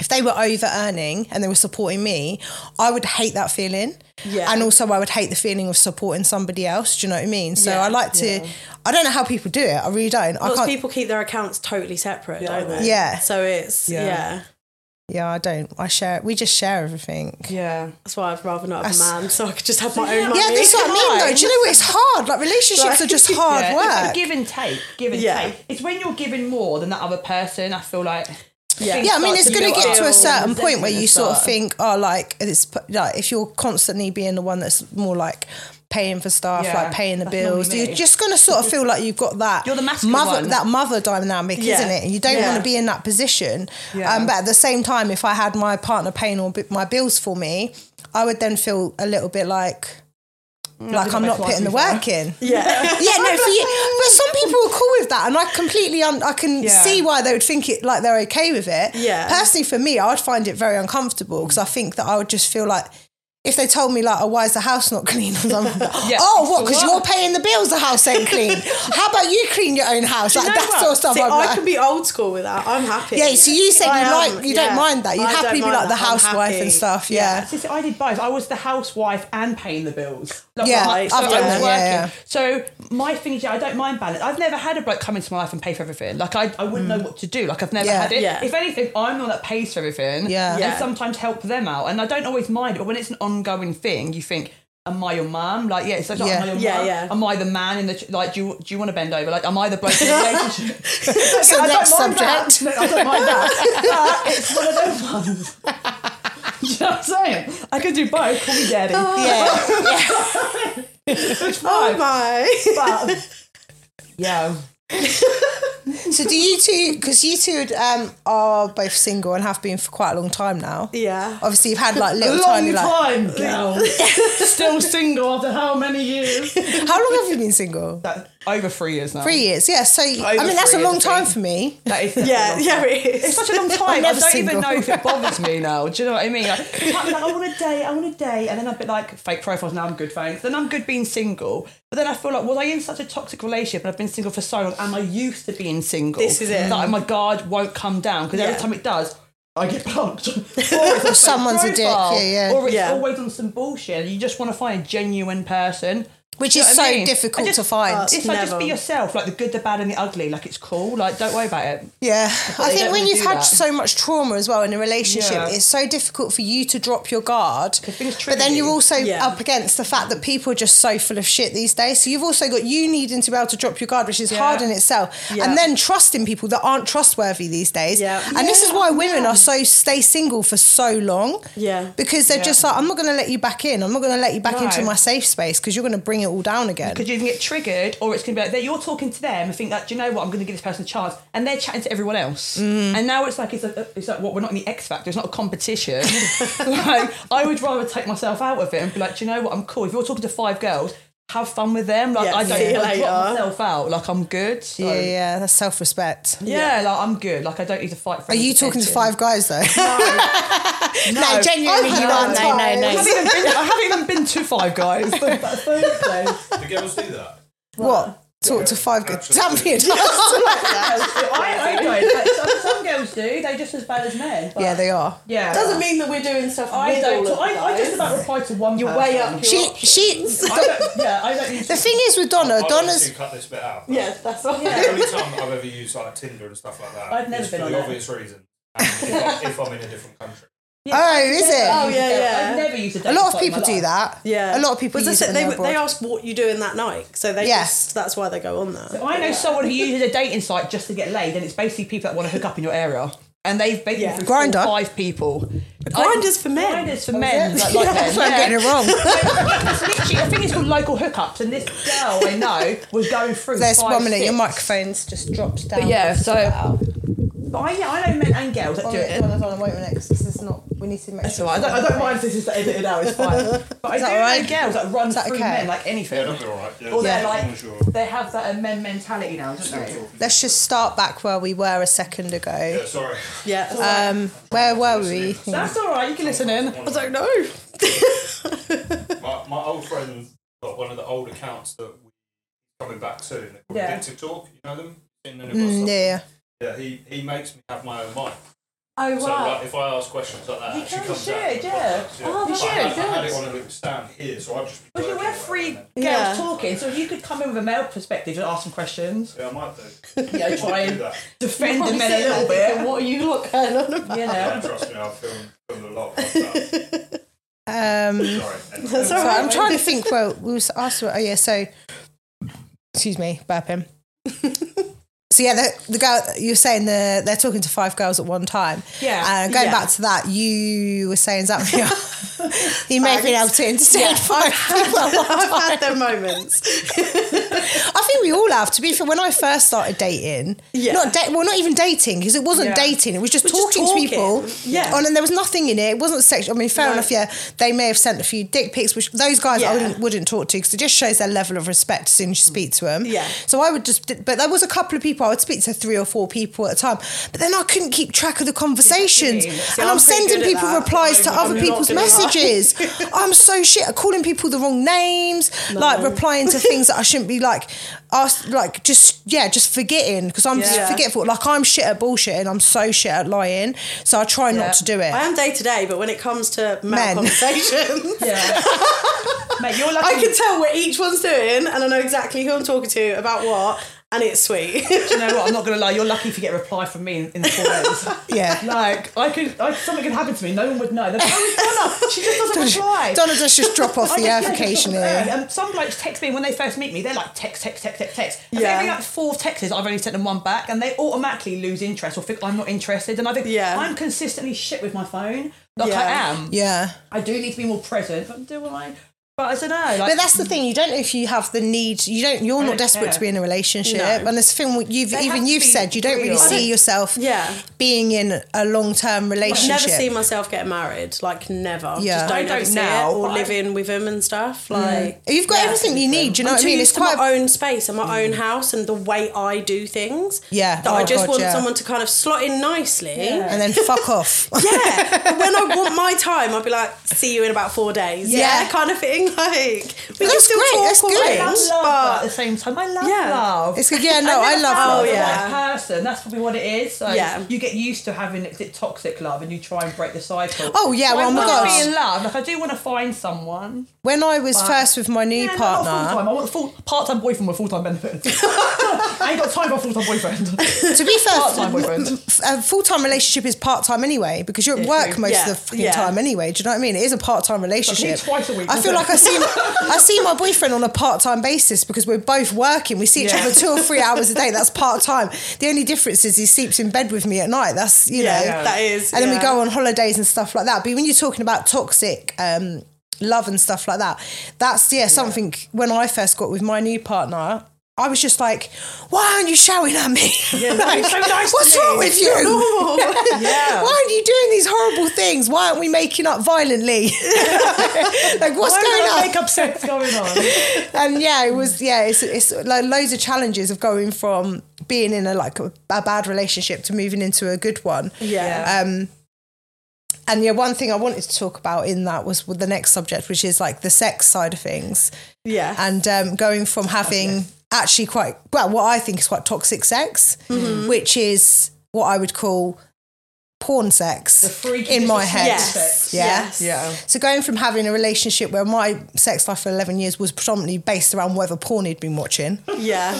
[SPEAKER 1] If they were over earning and they were supporting me, I would hate that feeling.
[SPEAKER 2] Yeah.
[SPEAKER 1] And also, I would hate the feeling of supporting somebody else. Do you know what I mean? So
[SPEAKER 2] Yeah,
[SPEAKER 1] I like to,
[SPEAKER 2] yeah.
[SPEAKER 1] I don't know how people do it. I really don't. I
[SPEAKER 2] Lots
[SPEAKER 1] can't.
[SPEAKER 2] of people keep their accounts totally separate, don't they?
[SPEAKER 1] Yeah.
[SPEAKER 2] So it's yeah.
[SPEAKER 3] Yeah.
[SPEAKER 1] Yeah, I don't. I share. We just share everything.
[SPEAKER 3] Yeah.
[SPEAKER 2] That's why I'd rather not have
[SPEAKER 1] That's-
[SPEAKER 2] a man, so I could just have my own money.
[SPEAKER 1] Yeah, that's what I mean. Though, do you know what? It's hard. Like relationships
[SPEAKER 2] Like-
[SPEAKER 1] are just hard
[SPEAKER 3] Yeah, It's like
[SPEAKER 1] work.
[SPEAKER 3] give and take, give and
[SPEAKER 2] Yeah.
[SPEAKER 3] take. It's when you're giving more than that other person, I feel like.
[SPEAKER 2] Yeah.
[SPEAKER 1] Yeah, I mean, it's going to get to a
[SPEAKER 2] build up.
[SPEAKER 1] certain point where you sort of
[SPEAKER 3] start.
[SPEAKER 1] think, oh, like it's p- like if you're constantly being the one that's more like paying for stuff,
[SPEAKER 3] Yeah,
[SPEAKER 1] like paying the
[SPEAKER 3] that's normally
[SPEAKER 1] bills,
[SPEAKER 3] me.
[SPEAKER 1] you're just going to sort of feel like you've got that
[SPEAKER 3] You're the masculine
[SPEAKER 1] mother
[SPEAKER 3] one.
[SPEAKER 1] that mother dynamic,
[SPEAKER 2] Yeah.
[SPEAKER 1] isn't it? And you don't
[SPEAKER 2] Yeah.
[SPEAKER 1] want to be in that position.
[SPEAKER 3] Yeah.
[SPEAKER 1] Um, but at the same time, if I had my partner paying all bi- my bills for me, I would then feel a little bit like. Like I'm
[SPEAKER 3] the
[SPEAKER 1] not
[SPEAKER 3] best one,
[SPEAKER 1] putting
[SPEAKER 3] to
[SPEAKER 1] the
[SPEAKER 3] be fair.
[SPEAKER 1] work in.
[SPEAKER 2] Yeah.
[SPEAKER 1] Yeah, no, for you. But some people are cool with that, and I completely, un- I can
[SPEAKER 3] Yeah.
[SPEAKER 1] see why they would think it like they're okay with it.
[SPEAKER 2] Yeah.
[SPEAKER 1] Personally, for me, I would find it very uncomfortable because I think that I would just feel like. If they told me like, oh, why is the house not clean? I'm like,
[SPEAKER 3] Yeah.
[SPEAKER 1] oh, what?
[SPEAKER 3] For
[SPEAKER 1] Because
[SPEAKER 3] what?
[SPEAKER 1] you're paying the bills. The house ain't clean. How about you clean your own house? Like
[SPEAKER 3] know
[SPEAKER 1] that
[SPEAKER 3] what?
[SPEAKER 1] sort of stuff.
[SPEAKER 2] See,
[SPEAKER 1] I'm
[SPEAKER 2] I
[SPEAKER 1] like-
[SPEAKER 2] can be old school with that. I'm happy.
[SPEAKER 1] yeah. So you said
[SPEAKER 2] I
[SPEAKER 1] you
[SPEAKER 2] am,
[SPEAKER 1] like you
[SPEAKER 2] yeah.
[SPEAKER 1] don't mind that. You'd
[SPEAKER 2] I
[SPEAKER 1] happily
[SPEAKER 2] don't
[SPEAKER 1] be
[SPEAKER 2] mind
[SPEAKER 1] like the
[SPEAKER 2] that. I'm
[SPEAKER 1] housewife
[SPEAKER 2] happy.
[SPEAKER 1] and stuff.
[SPEAKER 2] Yeah.
[SPEAKER 1] Yeah.
[SPEAKER 3] See, see, I did both. I was the housewife and paying the bills. Like,
[SPEAKER 1] Yeah,
[SPEAKER 3] like, so
[SPEAKER 1] I've
[SPEAKER 3] I
[SPEAKER 1] done
[SPEAKER 3] was
[SPEAKER 1] that,
[SPEAKER 3] working.
[SPEAKER 1] yeah, yeah.
[SPEAKER 3] So my thing is, yeah, I don't mind balance. I've never had a bloke come into my life and pay for everything. Like I, I wouldn't know what to do. Like I've never
[SPEAKER 1] Mm. Yeah.
[SPEAKER 3] had it.
[SPEAKER 2] Yeah.
[SPEAKER 3] If anything, I'm the one that pays for everything.
[SPEAKER 1] Yeah.
[SPEAKER 3] And
[SPEAKER 2] Yeah.
[SPEAKER 3] sometimes help them out, and I don't always mind it. But when it's an ongoing thing, you think. am I your mom? Like, yeah, it's like,
[SPEAKER 1] Yeah.
[SPEAKER 3] am I your
[SPEAKER 2] Yeah,
[SPEAKER 3] mom?
[SPEAKER 2] yeah.
[SPEAKER 3] Am I the man in the, ch- like, do you, do you want to bend over? Like, am I the bloke in the relationship?
[SPEAKER 1] So
[SPEAKER 3] I
[SPEAKER 1] next
[SPEAKER 3] don't mind that.
[SPEAKER 1] subject.
[SPEAKER 3] No, I don't mind that. But it's one of those ones. Do you know what I'm saying? I could do both. Call me daddy.
[SPEAKER 1] Oh, Yeah.
[SPEAKER 3] It's
[SPEAKER 2] Oh
[SPEAKER 3] fine.
[SPEAKER 2] my.
[SPEAKER 3] but yeah,
[SPEAKER 1] So do you two? Because you two um, are both single and have been for quite a long time now.
[SPEAKER 2] Yeah.
[SPEAKER 1] Obviously, you've had like
[SPEAKER 3] a
[SPEAKER 1] little
[SPEAKER 3] long
[SPEAKER 1] tiny like.
[SPEAKER 3] time. Gal. Still single after how many years?
[SPEAKER 1] How long have you been single?
[SPEAKER 3] That, over three years now.
[SPEAKER 1] Three years. Yeah. So I mean, that's a
[SPEAKER 3] three
[SPEAKER 1] long
[SPEAKER 3] years,
[SPEAKER 1] time
[SPEAKER 3] yeah.
[SPEAKER 1] for me.
[SPEAKER 3] That is
[SPEAKER 2] Yeah,
[SPEAKER 3] definitely a long time.
[SPEAKER 2] yeah, it
[SPEAKER 3] It's
[SPEAKER 2] is.
[SPEAKER 3] such a long time. I
[SPEAKER 1] never
[SPEAKER 3] don't even
[SPEAKER 1] single.
[SPEAKER 3] know if it bothers me now. Do you know what I mean? Like, it's like, like, I want a date, I want a date, and then I'm a bit like fake profiles. Now I'm good, thanks. Then I'm good being single. But then I feel like, was I in such a toxic relationship? And I've been single for so long. Am I used to being single?
[SPEAKER 2] This is it.
[SPEAKER 3] That my guard won't come down because every
[SPEAKER 2] Yeah.
[SPEAKER 3] time it does. I get punked. or it's a fake
[SPEAKER 1] someone's a dick,
[SPEAKER 3] profile,
[SPEAKER 1] yeah, yeah.
[SPEAKER 3] Or it's
[SPEAKER 2] Yeah.
[SPEAKER 3] always on some bullshit. You just want to find a genuine person.
[SPEAKER 1] Which
[SPEAKER 3] Do you
[SPEAKER 1] is
[SPEAKER 3] know what I
[SPEAKER 1] so
[SPEAKER 3] mean?
[SPEAKER 1] difficult
[SPEAKER 3] I just-
[SPEAKER 1] to find.
[SPEAKER 2] uh,
[SPEAKER 3] It's like just
[SPEAKER 2] Never.
[SPEAKER 3] be yourself, like the good, the bad, and the ugly. Like it's cool. Like don't worry about it.
[SPEAKER 1] Yeah, I
[SPEAKER 3] they
[SPEAKER 1] think
[SPEAKER 3] don't
[SPEAKER 1] when
[SPEAKER 3] wanna
[SPEAKER 1] you've
[SPEAKER 3] do
[SPEAKER 1] had
[SPEAKER 3] that.
[SPEAKER 1] so much trauma as well in a relationship,
[SPEAKER 3] Yeah.
[SPEAKER 1] it's so difficult for you to drop your guard.
[SPEAKER 3] things
[SPEAKER 1] But
[SPEAKER 3] trigger
[SPEAKER 1] then
[SPEAKER 3] you.
[SPEAKER 1] you're also
[SPEAKER 2] Yeah.
[SPEAKER 1] up against the fact that people are just so full of shit these days. So you've also got you needing to be able to drop your guard, which is hard in itself,
[SPEAKER 2] Yeah.
[SPEAKER 1] and then trusting people that aren't trustworthy these days.
[SPEAKER 2] Yeah.
[SPEAKER 1] And this is why women are so stay single for so long.
[SPEAKER 2] Yeah.
[SPEAKER 1] Because they're just like, I'm not going to let you back in. I'm not going to let you back
[SPEAKER 3] No.
[SPEAKER 1] into my safe space because you're going to bring it all down again.
[SPEAKER 3] because you can get triggered, or it's going to be like that you're talking to them and think that do you know what I'm going to give this person a chance, and they're chatting to everyone else. And now it's like it's, a, it's like what we're not in the X Factor, it's not a competition. like I would rather take myself out of it and be like, do you know what I'm cool. If you're talking to five girls, have fun with them. Like
[SPEAKER 2] Yeah,
[SPEAKER 3] I
[SPEAKER 2] see
[SPEAKER 3] don't
[SPEAKER 2] you
[SPEAKER 3] I drop
[SPEAKER 2] later.
[SPEAKER 3] myself out. Like I'm good. So,
[SPEAKER 1] yeah, yeah, that's self respect.
[SPEAKER 3] yeah, like I'm good. Like I don't need to fight. for
[SPEAKER 1] Are you talking to
[SPEAKER 3] attention.
[SPEAKER 1] five guys though? No, genuinely,
[SPEAKER 2] I've
[SPEAKER 1] you
[SPEAKER 2] had
[SPEAKER 1] aren't.
[SPEAKER 2] that
[SPEAKER 1] No,
[SPEAKER 2] time.
[SPEAKER 1] no,
[SPEAKER 3] I
[SPEAKER 1] no.
[SPEAKER 3] haven't, even been, I haven't even been to five guys. That's so insane.
[SPEAKER 4] Do girls do that?
[SPEAKER 1] What? Talk to five guys. Damn it.
[SPEAKER 3] I, I don't. Like, some, some girls do. They're just as bad as men. but-
[SPEAKER 1] yeah, they are.
[SPEAKER 3] Yeah.
[SPEAKER 2] Doesn't mean that we're doing stuff.
[SPEAKER 3] I
[SPEAKER 2] with
[SPEAKER 3] don't.
[SPEAKER 2] all of
[SPEAKER 3] I, I just
[SPEAKER 2] those.
[SPEAKER 3] about reply to one.
[SPEAKER 2] You're
[SPEAKER 3] person.
[SPEAKER 2] way up.
[SPEAKER 1] She,
[SPEAKER 2] your-
[SPEAKER 1] she.
[SPEAKER 3] I don't, yeah, I don't. Use
[SPEAKER 1] The thing is with Donna,
[SPEAKER 4] I want
[SPEAKER 1] Donna's.
[SPEAKER 4] to cut this bit out.
[SPEAKER 2] yeah, that's all.
[SPEAKER 4] The only time I've ever used like Tinder and stuff like that
[SPEAKER 3] I've never
[SPEAKER 4] is
[SPEAKER 3] been
[SPEAKER 4] for
[SPEAKER 3] on
[SPEAKER 4] the
[SPEAKER 3] it.
[SPEAKER 4] obvious reason. And if, I'm, if I'm in a different country.
[SPEAKER 1] Oh, is it?
[SPEAKER 2] Oh, yeah, yeah.
[SPEAKER 3] I've never used a.
[SPEAKER 1] A lot of people do that.
[SPEAKER 2] Yeah.
[SPEAKER 1] A lot of people
[SPEAKER 2] But
[SPEAKER 1] use
[SPEAKER 2] that's
[SPEAKER 1] it. when
[SPEAKER 2] They,
[SPEAKER 1] they're
[SPEAKER 2] they
[SPEAKER 1] abroad.
[SPEAKER 2] ask what you do in that night, so they
[SPEAKER 1] Yeah.
[SPEAKER 2] just that's why they go on there.
[SPEAKER 3] I know someone who uses a dating site just to get laid, and it's basically people that want to hook up in your area, and they've been
[SPEAKER 2] Yeah.
[SPEAKER 3] through
[SPEAKER 1] Grindr.
[SPEAKER 3] four, five people.
[SPEAKER 2] Grinders for men.
[SPEAKER 3] Grinders for men, like,
[SPEAKER 1] Oh,
[SPEAKER 3] like
[SPEAKER 1] Yeah,
[SPEAKER 3] men,
[SPEAKER 1] so I'm
[SPEAKER 3] yeah.
[SPEAKER 1] getting it wrong.
[SPEAKER 3] It's literally, I think it's called local hookups, and this girl I know was going through.
[SPEAKER 1] There's
[SPEAKER 3] five,
[SPEAKER 1] one minute. Your
[SPEAKER 3] six.
[SPEAKER 1] microphone's just dropped down.
[SPEAKER 3] But yeah, so
[SPEAKER 1] Wow. Oh,
[SPEAKER 3] but I, yeah, I know men and girls that
[SPEAKER 1] One
[SPEAKER 3] do
[SPEAKER 1] minute,
[SPEAKER 3] it.
[SPEAKER 1] Donna, Donna, wait a minute. 'cause This is not. We need to make
[SPEAKER 3] That's
[SPEAKER 1] sure.
[SPEAKER 3] all right. I don't, I don't mind if this is edited out. It's fine. But I do
[SPEAKER 1] that all right?
[SPEAKER 3] know girls that run
[SPEAKER 1] Is that
[SPEAKER 3] through
[SPEAKER 1] okay?
[SPEAKER 3] men like anything.
[SPEAKER 4] Yeah, that'd be alright. Yeah,
[SPEAKER 3] Or
[SPEAKER 4] as
[SPEAKER 3] they're
[SPEAKER 4] long
[SPEAKER 3] like,
[SPEAKER 4] as you're-
[SPEAKER 3] they have that uh, men mentality now, don't they?
[SPEAKER 1] Let's just start back where we were a second ago.
[SPEAKER 4] Yeah, sorry.
[SPEAKER 2] Yeah.
[SPEAKER 1] Um, where were we?
[SPEAKER 3] That's all right. You can listen in.
[SPEAKER 2] I don't know.
[SPEAKER 4] My, my old friend got one of the old accounts that we're coming back to. and they're called
[SPEAKER 3] Yeah.
[SPEAKER 4] Addictive Talk, you know them? Seen them
[SPEAKER 1] Mm,
[SPEAKER 4] across
[SPEAKER 1] yeah,
[SPEAKER 4] the-
[SPEAKER 1] yeah.
[SPEAKER 4] Yeah, he, he makes me have my own mic.
[SPEAKER 3] Oh
[SPEAKER 4] So like, if I ask questions like that,
[SPEAKER 3] You
[SPEAKER 4] she
[SPEAKER 3] can-
[SPEAKER 4] comes
[SPEAKER 3] you
[SPEAKER 4] out
[SPEAKER 3] should,
[SPEAKER 4] and
[SPEAKER 3] yeah.
[SPEAKER 4] podcasts,
[SPEAKER 3] Oh, you
[SPEAKER 4] But I
[SPEAKER 3] should,
[SPEAKER 4] had, I had
[SPEAKER 3] good.
[SPEAKER 4] it on a little stand here, so I'd just. be
[SPEAKER 3] But you
[SPEAKER 4] working
[SPEAKER 3] were
[SPEAKER 4] away
[SPEAKER 3] three
[SPEAKER 4] and then-
[SPEAKER 2] Yeah.
[SPEAKER 3] girls talking, so you could come in with a male perspective and ask some questions.
[SPEAKER 4] Yeah, I might do.
[SPEAKER 3] Yeah, try
[SPEAKER 4] Do
[SPEAKER 3] and
[SPEAKER 4] that.
[SPEAKER 3] defend the men a little bit. What are you look at? You
[SPEAKER 4] Yeah,
[SPEAKER 3] know.
[SPEAKER 4] trust me, I've filmed, filmed a lot. Of that.
[SPEAKER 1] Um,
[SPEAKER 4] Sorry. Anyway.
[SPEAKER 1] So I'm trying to think. Well, we was asked. Oh yeah. So, excuse me, burping. so yeah, the, the girl you're saying the, they're talking to five girls at one time.
[SPEAKER 3] Yeah.
[SPEAKER 1] And going
[SPEAKER 2] Yeah.
[SPEAKER 1] back to that, you were saying something. he may have been able to entertain five people. at one
[SPEAKER 2] I've
[SPEAKER 1] time.
[SPEAKER 2] had their moments.
[SPEAKER 1] I think we all have. To be fair, when I first started dating,
[SPEAKER 2] Yeah.
[SPEAKER 1] not da- well, not even dating because it wasn't
[SPEAKER 3] Yeah.
[SPEAKER 1] dating. It was just
[SPEAKER 2] just
[SPEAKER 1] talking
[SPEAKER 2] talking.
[SPEAKER 1] to people.
[SPEAKER 2] Yeah.
[SPEAKER 1] on and there was nothing in it. It wasn't sexual. I mean, fair
[SPEAKER 2] No.
[SPEAKER 1] enough. Yeah, they may have sent a few dick pics, which those guys I
[SPEAKER 2] Yeah.
[SPEAKER 1] wouldn't, wouldn't talk to because it just shows their level of respect as soon as you speak to them.
[SPEAKER 2] Yeah.
[SPEAKER 1] So I would just, but there was a couple of people I would speak to three or four people at a time, but then I couldn't keep track of the conversations,
[SPEAKER 3] Yeah,
[SPEAKER 1] and I'm,
[SPEAKER 2] I'm pretty
[SPEAKER 1] sending
[SPEAKER 2] good at
[SPEAKER 1] people
[SPEAKER 2] that.
[SPEAKER 1] replies to
[SPEAKER 2] I'm
[SPEAKER 1] other
[SPEAKER 2] not
[SPEAKER 1] people's
[SPEAKER 2] gonna lie.
[SPEAKER 1] messages. I'm so shit at calling people the wrong names, like replying to things that I shouldn't be like asked, like just yeah, just forgetting because I'm
[SPEAKER 2] Yeah.
[SPEAKER 1] just forgetful. Like I'm shit at bullshit and I'm so shit at lying, so I try not
[SPEAKER 3] Yeah.
[SPEAKER 1] to do it.
[SPEAKER 2] I am day to day, but when it comes to male
[SPEAKER 1] Men.
[SPEAKER 2] conversations,
[SPEAKER 3] Yeah. Mate, you're lucky.
[SPEAKER 2] I can tell what each one's doing, and I know exactly who I'm talking to about what, and it's sweet.
[SPEAKER 3] you know what? I'm not gonna lie. You're lucky if you get a reply from me in, in the four days.
[SPEAKER 1] Yeah.
[SPEAKER 3] Like I could, I, something could happen to me. No one would know. They'd be like, oh, it's Donna. She just doesn't reply.
[SPEAKER 1] Donna does just drop off
[SPEAKER 3] I
[SPEAKER 1] the
[SPEAKER 3] just-
[SPEAKER 1] earth
[SPEAKER 3] yeah, just
[SPEAKER 1] occasionally.
[SPEAKER 3] drop it there. And some blokes text me when they first meet me. They're like text, text, text, text, text. And
[SPEAKER 2] Yeah.
[SPEAKER 3] yeah. Maybe like four texts. I've only sent them one back, and they automatically lose interest or think I'm not interested. And I think
[SPEAKER 2] Yeah.
[SPEAKER 3] I'm consistently shit with my phone. Like I
[SPEAKER 2] Yeah.
[SPEAKER 3] am.
[SPEAKER 1] Yeah.
[SPEAKER 3] I do need to be more present. But do I? But I don't know. Like,
[SPEAKER 1] But that's the thing. You don't know if you have the need. You don't. You're not
[SPEAKER 3] don't
[SPEAKER 1] desperate
[SPEAKER 3] care.
[SPEAKER 1] to be in a relationship.
[SPEAKER 3] No.
[SPEAKER 1] And this thing what you've
[SPEAKER 3] They have
[SPEAKER 1] even
[SPEAKER 3] to
[SPEAKER 1] you've
[SPEAKER 3] be
[SPEAKER 1] said you don't really
[SPEAKER 3] real. I
[SPEAKER 1] see
[SPEAKER 3] don't-
[SPEAKER 1] yourself.
[SPEAKER 2] Yeah.
[SPEAKER 1] Being in a long term relationship.
[SPEAKER 2] Never see myself get married, like never.
[SPEAKER 1] Yeah.
[SPEAKER 2] Just don't,
[SPEAKER 1] I
[SPEAKER 3] don't
[SPEAKER 2] ever see
[SPEAKER 3] now,
[SPEAKER 2] it, or
[SPEAKER 3] but
[SPEAKER 2] live
[SPEAKER 3] I-
[SPEAKER 2] in with him and stuff. Like
[SPEAKER 1] You've got
[SPEAKER 2] Yeah.
[SPEAKER 1] everything you need. Do you know
[SPEAKER 2] I'm
[SPEAKER 1] what I
[SPEAKER 2] too
[SPEAKER 1] mean?
[SPEAKER 2] used
[SPEAKER 1] It's
[SPEAKER 2] to
[SPEAKER 1] quite. Mm.
[SPEAKER 2] my own space and my own house and the way I do things.
[SPEAKER 1] Yeah.
[SPEAKER 2] That I
[SPEAKER 1] Oh,
[SPEAKER 2] just
[SPEAKER 1] God,
[SPEAKER 2] want
[SPEAKER 1] yeah.
[SPEAKER 2] someone to kind of slot in nicely. Yeah.
[SPEAKER 1] and then fuck off.
[SPEAKER 2] but when I want my time, I'll be like, see you in about four days.
[SPEAKER 1] Yeah.
[SPEAKER 2] Yeah. kind of thing. Like, we can
[SPEAKER 1] That's
[SPEAKER 2] still
[SPEAKER 1] great,
[SPEAKER 2] talk
[SPEAKER 1] that's
[SPEAKER 2] all
[SPEAKER 1] good.
[SPEAKER 2] right,
[SPEAKER 3] I love love, but at
[SPEAKER 2] but
[SPEAKER 3] the same time, I love
[SPEAKER 2] Yeah.
[SPEAKER 3] love.
[SPEAKER 1] It's good. Yeah, no, I,
[SPEAKER 3] never
[SPEAKER 1] love
[SPEAKER 3] found
[SPEAKER 1] love.
[SPEAKER 2] Oh,
[SPEAKER 3] the
[SPEAKER 2] yeah.
[SPEAKER 3] right person. That's probably what it is. Like,
[SPEAKER 2] Yeah.
[SPEAKER 3] you get used to having is it toxic love, and you try and break the cycle.
[SPEAKER 1] Oh, yeah,
[SPEAKER 3] So
[SPEAKER 1] well,
[SPEAKER 3] I
[SPEAKER 1] my
[SPEAKER 3] want
[SPEAKER 1] God.
[SPEAKER 3] to be in love. Like I do want to find someone.
[SPEAKER 1] When I was first with my new
[SPEAKER 3] Yeah, not a
[SPEAKER 1] partner,
[SPEAKER 3] full-time. I want a full part-time boyfriend with full-time benefits. I ain't got time for a full-time boyfriend.
[SPEAKER 1] to be fair,
[SPEAKER 3] Part-time boyfriend.
[SPEAKER 1] f- a full time relationship is part time anyway because you're at work
[SPEAKER 3] true.
[SPEAKER 1] most
[SPEAKER 2] Yeah,
[SPEAKER 1] of the fucking
[SPEAKER 2] yeah.
[SPEAKER 1] time anyway. Do you know what I mean? It is a part time relationship.
[SPEAKER 3] twice a week,
[SPEAKER 1] I feel
[SPEAKER 3] isn't
[SPEAKER 1] like I see I see my boyfriend on a part time basis because we're both working. We see each
[SPEAKER 3] Yeah.
[SPEAKER 1] other two or three hours a day. That's part time. The only difference is he sleeps in bed with me at night. That's you
[SPEAKER 2] yeah,
[SPEAKER 1] know.
[SPEAKER 2] that is.
[SPEAKER 1] And then we
[SPEAKER 2] yeah.
[SPEAKER 1] go on holidays and stuff like that. But when you're talking about toxic um, love and stuff like that, that's yeah something. When I first got with my new partner. I was just like, why aren't you shouting at me? Like,
[SPEAKER 3] so nice to
[SPEAKER 1] what's
[SPEAKER 3] me."
[SPEAKER 1] wrong with you?
[SPEAKER 3] yeah.
[SPEAKER 1] Why aren't you doing these horrible things? Why aren't we making up violently? like, what's
[SPEAKER 3] Why
[SPEAKER 1] going on?
[SPEAKER 3] make upsets going on?
[SPEAKER 1] and yeah, it was yeah, it's it's like loads of challenges of going from being in a like a, a bad relationship to moving into a good one.
[SPEAKER 2] Yeah.
[SPEAKER 1] Um, and yeah, one thing I wanted to talk about in that was with the next subject, which is like the sex side of things,
[SPEAKER 2] Yeah.
[SPEAKER 1] and um, going from having actually quite well, what I think is quite toxic sex, which is what I would call porn sex
[SPEAKER 3] The freaky
[SPEAKER 1] in my
[SPEAKER 3] little
[SPEAKER 1] head.
[SPEAKER 3] sex.
[SPEAKER 2] yes.
[SPEAKER 1] Yeah.
[SPEAKER 2] Yes.
[SPEAKER 3] Yeah.
[SPEAKER 1] So going from having a relationship where my sex life for 11 years was predominantly based around whether porn he'd been watching um,
[SPEAKER 2] Yeah.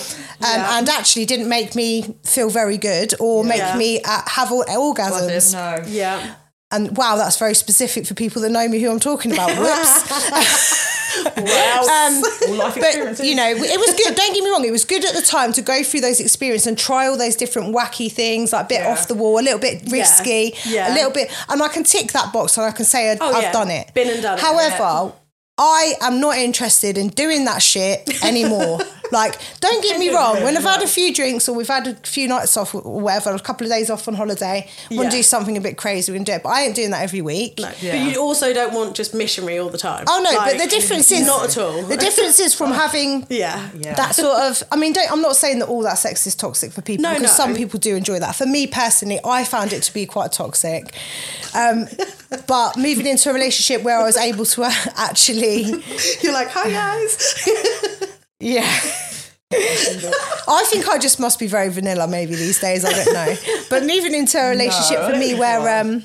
[SPEAKER 1] and actually didn't make me feel very good or make
[SPEAKER 2] Yeah.
[SPEAKER 1] me uh, have all, orgasms.
[SPEAKER 3] No.
[SPEAKER 2] Yeah.
[SPEAKER 1] And wow, that's very specific for people that know me who I'm talking about. Whoops. um,
[SPEAKER 3] All life
[SPEAKER 1] but
[SPEAKER 3] experiences.
[SPEAKER 1] you know, it was good. Don't get me wrong; it was good at the time to go through those experiences and try all those different wacky things, like a bit
[SPEAKER 3] Yeah.
[SPEAKER 1] off the wall, a little bit risky, a
[SPEAKER 2] Yeah.
[SPEAKER 1] little bit. And I can tick that box, and I can say I,
[SPEAKER 2] Oh,
[SPEAKER 1] I've
[SPEAKER 2] yeah.
[SPEAKER 1] done it,
[SPEAKER 2] Been and done it,
[SPEAKER 1] However, I am not interested in doing that shit anymore. like, don't get me wrong. When I've had a few drinks or we've had a few nights off or whatever, a couple of days off on holiday, we'll
[SPEAKER 2] Yeah.
[SPEAKER 1] do something a bit crazy. We can do it, but I ain't doing that every week.
[SPEAKER 2] No. But you also don't want just missionary all the time.
[SPEAKER 1] Oh no!
[SPEAKER 2] Like,
[SPEAKER 1] but the difference is
[SPEAKER 2] not at all.
[SPEAKER 1] The difference is from having
[SPEAKER 2] yeah. Yeah.
[SPEAKER 1] that sort of i mean don't, i'm not saying that all that sex is toxic for people
[SPEAKER 2] No,
[SPEAKER 1] because
[SPEAKER 2] no.
[SPEAKER 1] some people do enjoy that for me personally i found it to be quite toxic um, but moving into a relationship where i was able to uh, actually
[SPEAKER 2] You're like, hi guys.
[SPEAKER 1] yeah i think i just must be very vanilla maybe these days i don't know but moving into a relationship for me where um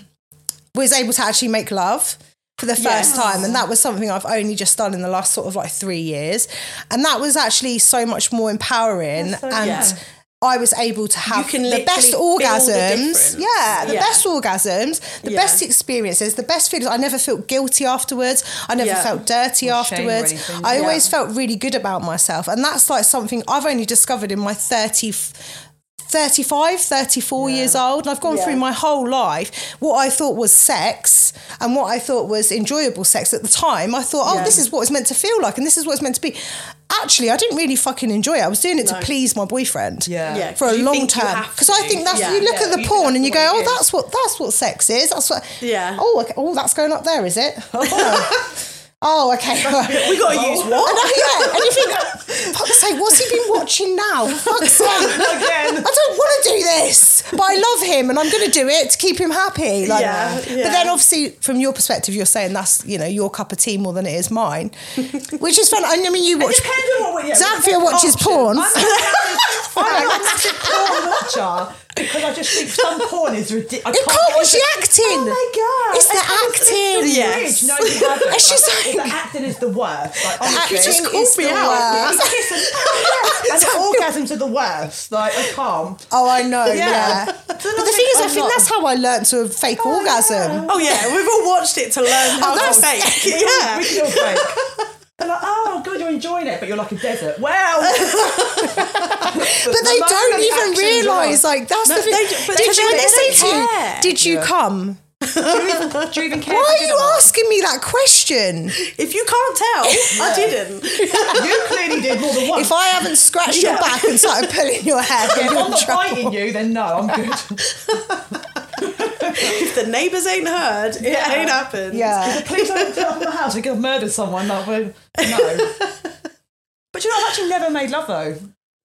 [SPEAKER 1] was able to actually make love for the first
[SPEAKER 2] Yes.
[SPEAKER 1] time and that was something i've only just done in the last sort of like three years and that was actually so much more empowering and
[SPEAKER 2] yeah.
[SPEAKER 1] i was able to have
[SPEAKER 2] can
[SPEAKER 1] the
[SPEAKER 2] literally
[SPEAKER 1] best
[SPEAKER 2] feel the
[SPEAKER 1] orgasms
[SPEAKER 2] difference.
[SPEAKER 1] yeah the
[SPEAKER 2] Yeah.
[SPEAKER 1] best orgasms the
[SPEAKER 2] Yeah.
[SPEAKER 1] best experiences the best feelings i never felt guilty afterwards i never
[SPEAKER 2] Yeah.
[SPEAKER 1] felt dirty
[SPEAKER 3] shame or
[SPEAKER 1] afterwards
[SPEAKER 3] anything.
[SPEAKER 1] i
[SPEAKER 3] Yeah.
[SPEAKER 1] always felt really good about myself and that's like something i've only discovered in my 30 35, 34 years old, and I've gone
[SPEAKER 2] Yeah.
[SPEAKER 1] through my whole life what I thought was sex and what I thought was enjoyable sex at the time. I thought, oh,
[SPEAKER 2] Yeah.
[SPEAKER 1] this is what it's meant to feel like, and this is what it's meant to be. Actually, I didn't really fucking enjoy it. I was doing it
[SPEAKER 2] No.
[SPEAKER 1] to please my boyfriend.
[SPEAKER 3] Yeah.
[SPEAKER 2] Yeah.
[SPEAKER 1] For a
[SPEAKER 2] 'cause you
[SPEAKER 1] long
[SPEAKER 2] think you
[SPEAKER 1] term,
[SPEAKER 2] have
[SPEAKER 1] because I
[SPEAKER 2] to.
[SPEAKER 1] think that's
[SPEAKER 2] Yeah.
[SPEAKER 1] you look
[SPEAKER 3] Yeah,
[SPEAKER 1] at the
[SPEAKER 3] you think
[SPEAKER 1] porn
[SPEAKER 3] that's
[SPEAKER 1] and you
[SPEAKER 3] the
[SPEAKER 1] go,
[SPEAKER 3] way
[SPEAKER 1] oh,
[SPEAKER 3] it is."
[SPEAKER 1] that's what that's what sex is. That's what.
[SPEAKER 2] Yeah.
[SPEAKER 1] Oh, okay. oh, that's going up there, is it? Oh, oh okay. Oh.
[SPEAKER 2] We gotta use what?
[SPEAKER 1] And I, yeah, and you think, fuck's sake, what's he been watching now? Fuck's sake. I
[SPEAKER 3] Again.
[SPEAKER 1] don't want to do this, but I love him and I'm going to do it to keep him happy. Like,
[SPEAKER 2] Yeah, yeah.
[SPEAKER 1] But then, obviously, from your perspective, you're saying that's, you know, your cup of tea more than it is mine, which is fun. And I mean, you watch.
[SPEAKER 3] Depends on what we- yeah,
[SPEAKER 1] Xanthia watches porn.
[SPEAKER 3] I'm not I'm not a massive porn watcher because I just think some porn is ridiculous.
[SPEAKER 1] It can't watch the acting.
[SPEAKER 3] Oh my god!
[SPEAKER 1] It's the acting.
[SPEAKER 3] It's yes.
[SPEAKER 2] Yes.
[SPEAKER 3] No, you haven't.
[SPEAKER 1] And she's
[SPEAKER 3] Like,
[SPEAKER 1] like-
[SPEAKER 3] the acting is the worst. Like,
[SPEAKER 1] The
[SPEAKER 3] honestly.
[SPEAKER 1] acting
[SPEAKER 2] just
[SPEAKER 1] is
[SPEAKER 2] called me
[SPEAKER 1] the worst.
[SPEAKER 2] out.
[SPEAKER 3] and orgasms are the worst. Like I can't.
[SPEAKER 1] Oh, I know. Yeah.
[SPEAKER 3] Yeah.
[SPEAKER 1] But the thing is, I think that's how I learnt to fake orgasm.
[SPEAKER 2] Oh yeah, we've all watched it to learn how to
[SPEAKER 1] that's-
[SPEAKER 2] fake. Yeah.
[SPEAKER 3] We can all fake. They're like, oh god, you're enjoying it, but you're like a desert. Well,
[SPEAKER 1] But they don't even realise, like, that's the thing.
[SPEAKER 2] they do-
[SPEAKER 1] Did
[SPEAKER 2] but they
[SPEAKER 1] you,
[SPEAKER 2] don't-
[SPEAKER 1] when they
[SPEAKER 2] they
[SPEAKER 1] say to
[SPEAKER 2] don't
[SPEAKER 1] you,
[SPEAKER 2] care.
[SPEAKER 1] did you come?
[SPEAKER 3] Do you even care?
[SPEAKER 1] Why
[SPEAKER 3] if
[SPEAKER 1] are
[SPEAKER 3] did
[SPEAKER 1] you
[SPEAKER 3] or not?
[SPEAKER 1] asking me that question?
[SPEAKER 2] If you can't tell, I didn't.
[SPEAKER 3] You clearly did more than once.
[SPEAKER 1] If I haven't scratched your back and started pulling your hair, then
[SPEAKER 3] If
[SPEAKER 1] you're
[SPEAKER 3] I'm
[SPEAKER 1] in
[SPEAKER 3] not
[SPEAKER 1] trouble.
[SPEAKER 3] biting you, then no, I'm good.
[SPEAKER 2] If the neighbours ain't heard, it
[SPEAKER 3] Yeah.
[SPEAKER 2] ain't happened.
[SPEAKER 1] Yeah.
[SPEAKER 3] Please don't tell my house. I could have murdered someone. Like, well, no. But you know, I've actually never made love though.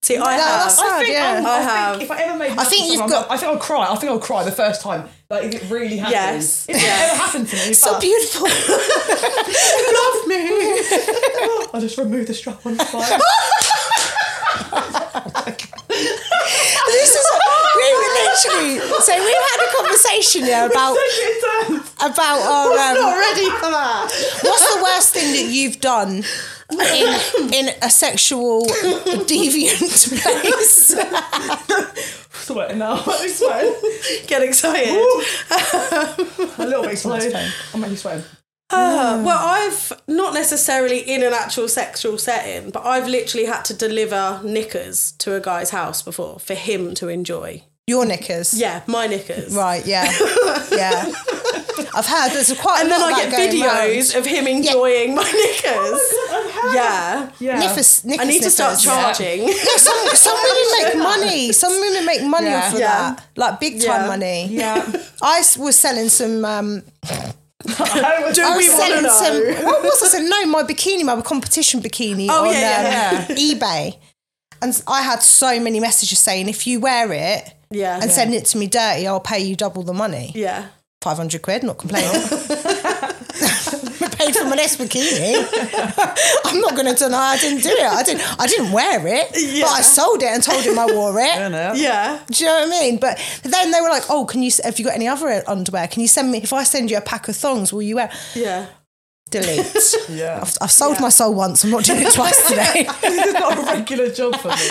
[SPEAKER 2] See, I have.
[SPEAKER 1] that's- Sad,
[SPEAKER 3] I think,
[SPEAKER 1] Oh, yeah.
[SPEAKER 3] I'm-
[SPEAKER 2] I
[SPEAKER 3] I, think
[SPEAKER 2] have.
[SPEAKER 3] if I ever made love to
[SPEAKER 1] think you've
[SPEAKER 3] someone,
[SPEAKER 1] got-
[SPEAKER 3] I think I'll cry. I think I'll cry the first time. Like if it really happens.
[SPEAKER 2] Yes.
[SPEAKER 3] If
[SPEAKER 2] Yeah.
[SPEAKER 3] it ever happened to me,
[SPEAKER 1] So
[SPEAKER 3] but
[SPEAKER 1] beautiful. Love me.
[SPEAKER 3] I just remove the strap on the fire.
[SPEAKER 1] This is we were literally so we had a conversation yeah about about our um,
[SPEAKER 2] ready for that.
[SPEAKER 1] What's the worst thing that you've done in, in a sexual deviant place?
[SPEAKER 3] sweating now. I'm sweating.
[SPEAKER 2] Get excited.
[SPEAKER 3] A little bit exploded. I'm actually sweating.
[SPEAKER 2] Uh, well, I've not necessarily in an actual sexual setting, but I've literally had to deliver knickers to a guy's house before for him to enjoy.
[SPEAKER 1] Your knickers.
[SPEAKER 2] Yeah, my knickers.
[SPEAKER 1] Right, yeah. Yeah. I've heard there's quite
[SPEAKER 2] And
[SPEAKER 1] a
[SPEAKER 2] then
[SPEAKER 1] lot
[SPEAKER 2] I
[SPEAKER 1] of that
[SPEAKER 2] get
[SPEAKER 1] going Oh
[SPEAKER 2] videos of him enjoying my knickers. yeah.
[SPEAKER 3] Yeah.
[SPEAKER 1] Round. Kniffers, knickers,
[SPEAKER 2] I need to start
[SPEAKER 1] kniffers.
[SPEAKER 2] charging.
[SPEAKER 1] Yeah, some, some women make money. Some women make money
[SPEAKER 3] Yeah.
[SPEAKER 1] off of
[SPEAKER 2] Yeah.
[SPEAKER 1] that. Like big time
[SPEAKER 2] Yeah.
[SPEAKER 1] money.
[SPEAKER 3] Yeah.
[SPEAKER 1] I s- was selling some. Um,
[SPEAKER 3] Do
[SPEAKER 1] I was
[SPEAKER 2] we wanna
[SPEAKER 1] selling
[SPEAKER 2] know?
[SPEAKER 1] some. What was I selling? No, my bikini, my competition bikini
[SPEAKER 2] Oh,
[SPEAKER 1] on
[SPEAKER 2] yeah, yeah,
[SPEAKER 1] um, eBay. And I had so many messages saying, if you wear it,
[SPEAKER 2] Yeah.
[SPEAKER 1] and send it to me dirty, I'll pay you double the money.
[SPEAKER 2] yeah.
[SPEAKER 1] 500 quid, not complaining. I paid for my next bikini. I'm not going to deny I didn't do it. I didn't, I didn't wear it, but I
[SPEAKER 2] Yeah.
[SPEAKER 1] sold it and told him I wore it.
[SPEAKER 2] Yeah.
[SPEAKER 1] Do you know what I mean? But then they were like, oh, can you, s- have you got any other underwear? Can you send me, if I send you a pack of thongs, will you wear?
[SPEAKER 2] Yeah.
[SPEAKER 1] Delete.
[SPEAKER 3] Yeah.
[SPEAKER 1] I've, I've sold my soul once. I'm not doing it twice today.
[SPEAKER 3] This is not a regular job for me.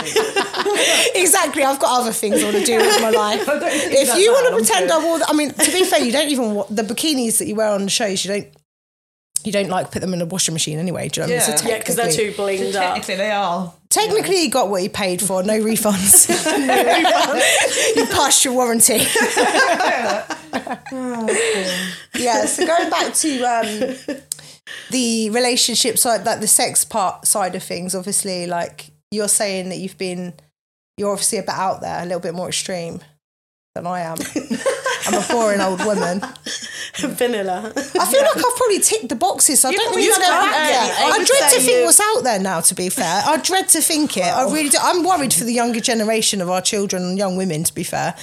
[SPEAKER 1] exactly. I've got other things I want to do with my life.
[SPEAKER 3] I don't think
[SPEAKER 1] if
[SPEAKER 3] that's
[SPEAKER 1] you want
[SPEAKER 3] bad,
[SPEAKER 1] to
[SPEAKER 3] I'm
[SPEAKER 1] pretend
[SPEAKER 3] good.
[SPEAKER 1] I wore, the, I mean, to be fair, you don't even wa- the bikinis that you wear on the shows. You don't, you don't like put them in a washing machine anyway. Do you know what I mean?
[SPEAKER 3] Yeah.
[SPEAKER 1] So
[SPEAKER 2] Yeah, because they're
[SPEAKER 1] technically-
[SPEAKER 2] too blinged up.
[SPEAKER 3] Technically, they are.
[SPEAKER 1] Technically, you got what you paid for. No refunds. you passed your warranty. yeah. So going back to um, the relationship side, like the sex part side of things. Obviously, like you're saying that you've been, you're obviously a bit out there, a little bit more extreme than I am. I'm a boring old woman.
[SPEAKER 2] Vanilla.
[SPEAKER 1] I feel like I've probably ticked the boxes. So I don't
[SPEAKER 3] probably
[SPEAKER 1] really know.
[SPEAKER 3] done that, yeah.
[SPEAKER 1] Yeah.
[SPEAKER 3] I
[SPEAKER 1] I
[SPEAKER 3] would
[SPEAKER 1] dread to
[SPEAKER 3] say
[SPEAKER 1] think
[SPEAKER 3] you-
[SPEAKER 1] what's out there now. To be fair, I dread to think it. I really do. I'm worried for the younger generation of our children and young women. To be fair.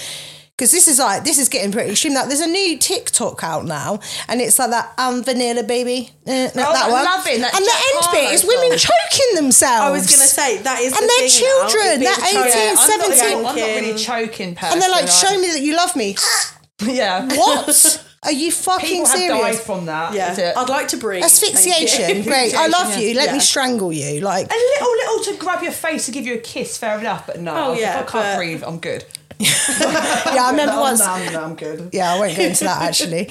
[SPEAKER 1] Because this is like this is getting pretty extreme. Like, there's a new TikTok out now, and it's like that um vanilla baby, uh, that,
[SPEAKER 3] I
[SPEAKER 1] one.
[SPEAKER 3] love it, that
[SPEAKER 1] and
[SPEAKER 3] Jack
[SPEAKER 1] the end bit
[SPEAKER 3] Harlow
[SPEAKER 1] is women choking themselves.
[SPEAKER 2] I was going to say, that is
[SPEAKER 1] And
[SPEAKER 2] the
[SPEAKER 1] they're
[SPEAKER 2] thing now, is
[SPEAKER 1] children,
[SPEAKER 2] being
[SPEAKER 1] they're
[SPEAKER 2] choked.
[SPEAKER 1] 18,
[SPEAKER 3] I'm not,
[SPEAKER 1] Seventeen.
[SPEAKER 3] I'm not really choking person.
[SPEAKER 1] and they're like, "Show me that you love me."
[SPEAKER 3] Yeah.
[SPEAKER 1] what? Are you fucking
[SPEAKER 3] People have
[SPEAKER 1] serious?
[SPEAKER 3] died from that. is
[SPEAKER 2] Yeah.
[SPEAKER 3] it?
[SPEAKER 2] I'd like to breathe.
[SPEAKER 1] Asphyxiation,
[SPEAKER 2] Thank you.
[SPEAKER 1] great. I love you. Let me
[SPEAKER 2] Yeah.
[SPEAKER 1] strangle you. Like,
[SPEAKER 3] A little, little to grab your face to give you a kiss, fair enough. But no,
[SPEAKER 2] Oh,
[SPEAKER 3] if
[SPEAKER 2] yeah,
[SPEAKER 3] I can't
[SPEAKER 2] but-
[SPEAKER 3] breathe. I'm good.
[SPEAKER 1] yeah, I remember once.
[SPEAKER 3] no, no, I'm good.
[SPEAKER 1] Yeah, I won't go into that actually.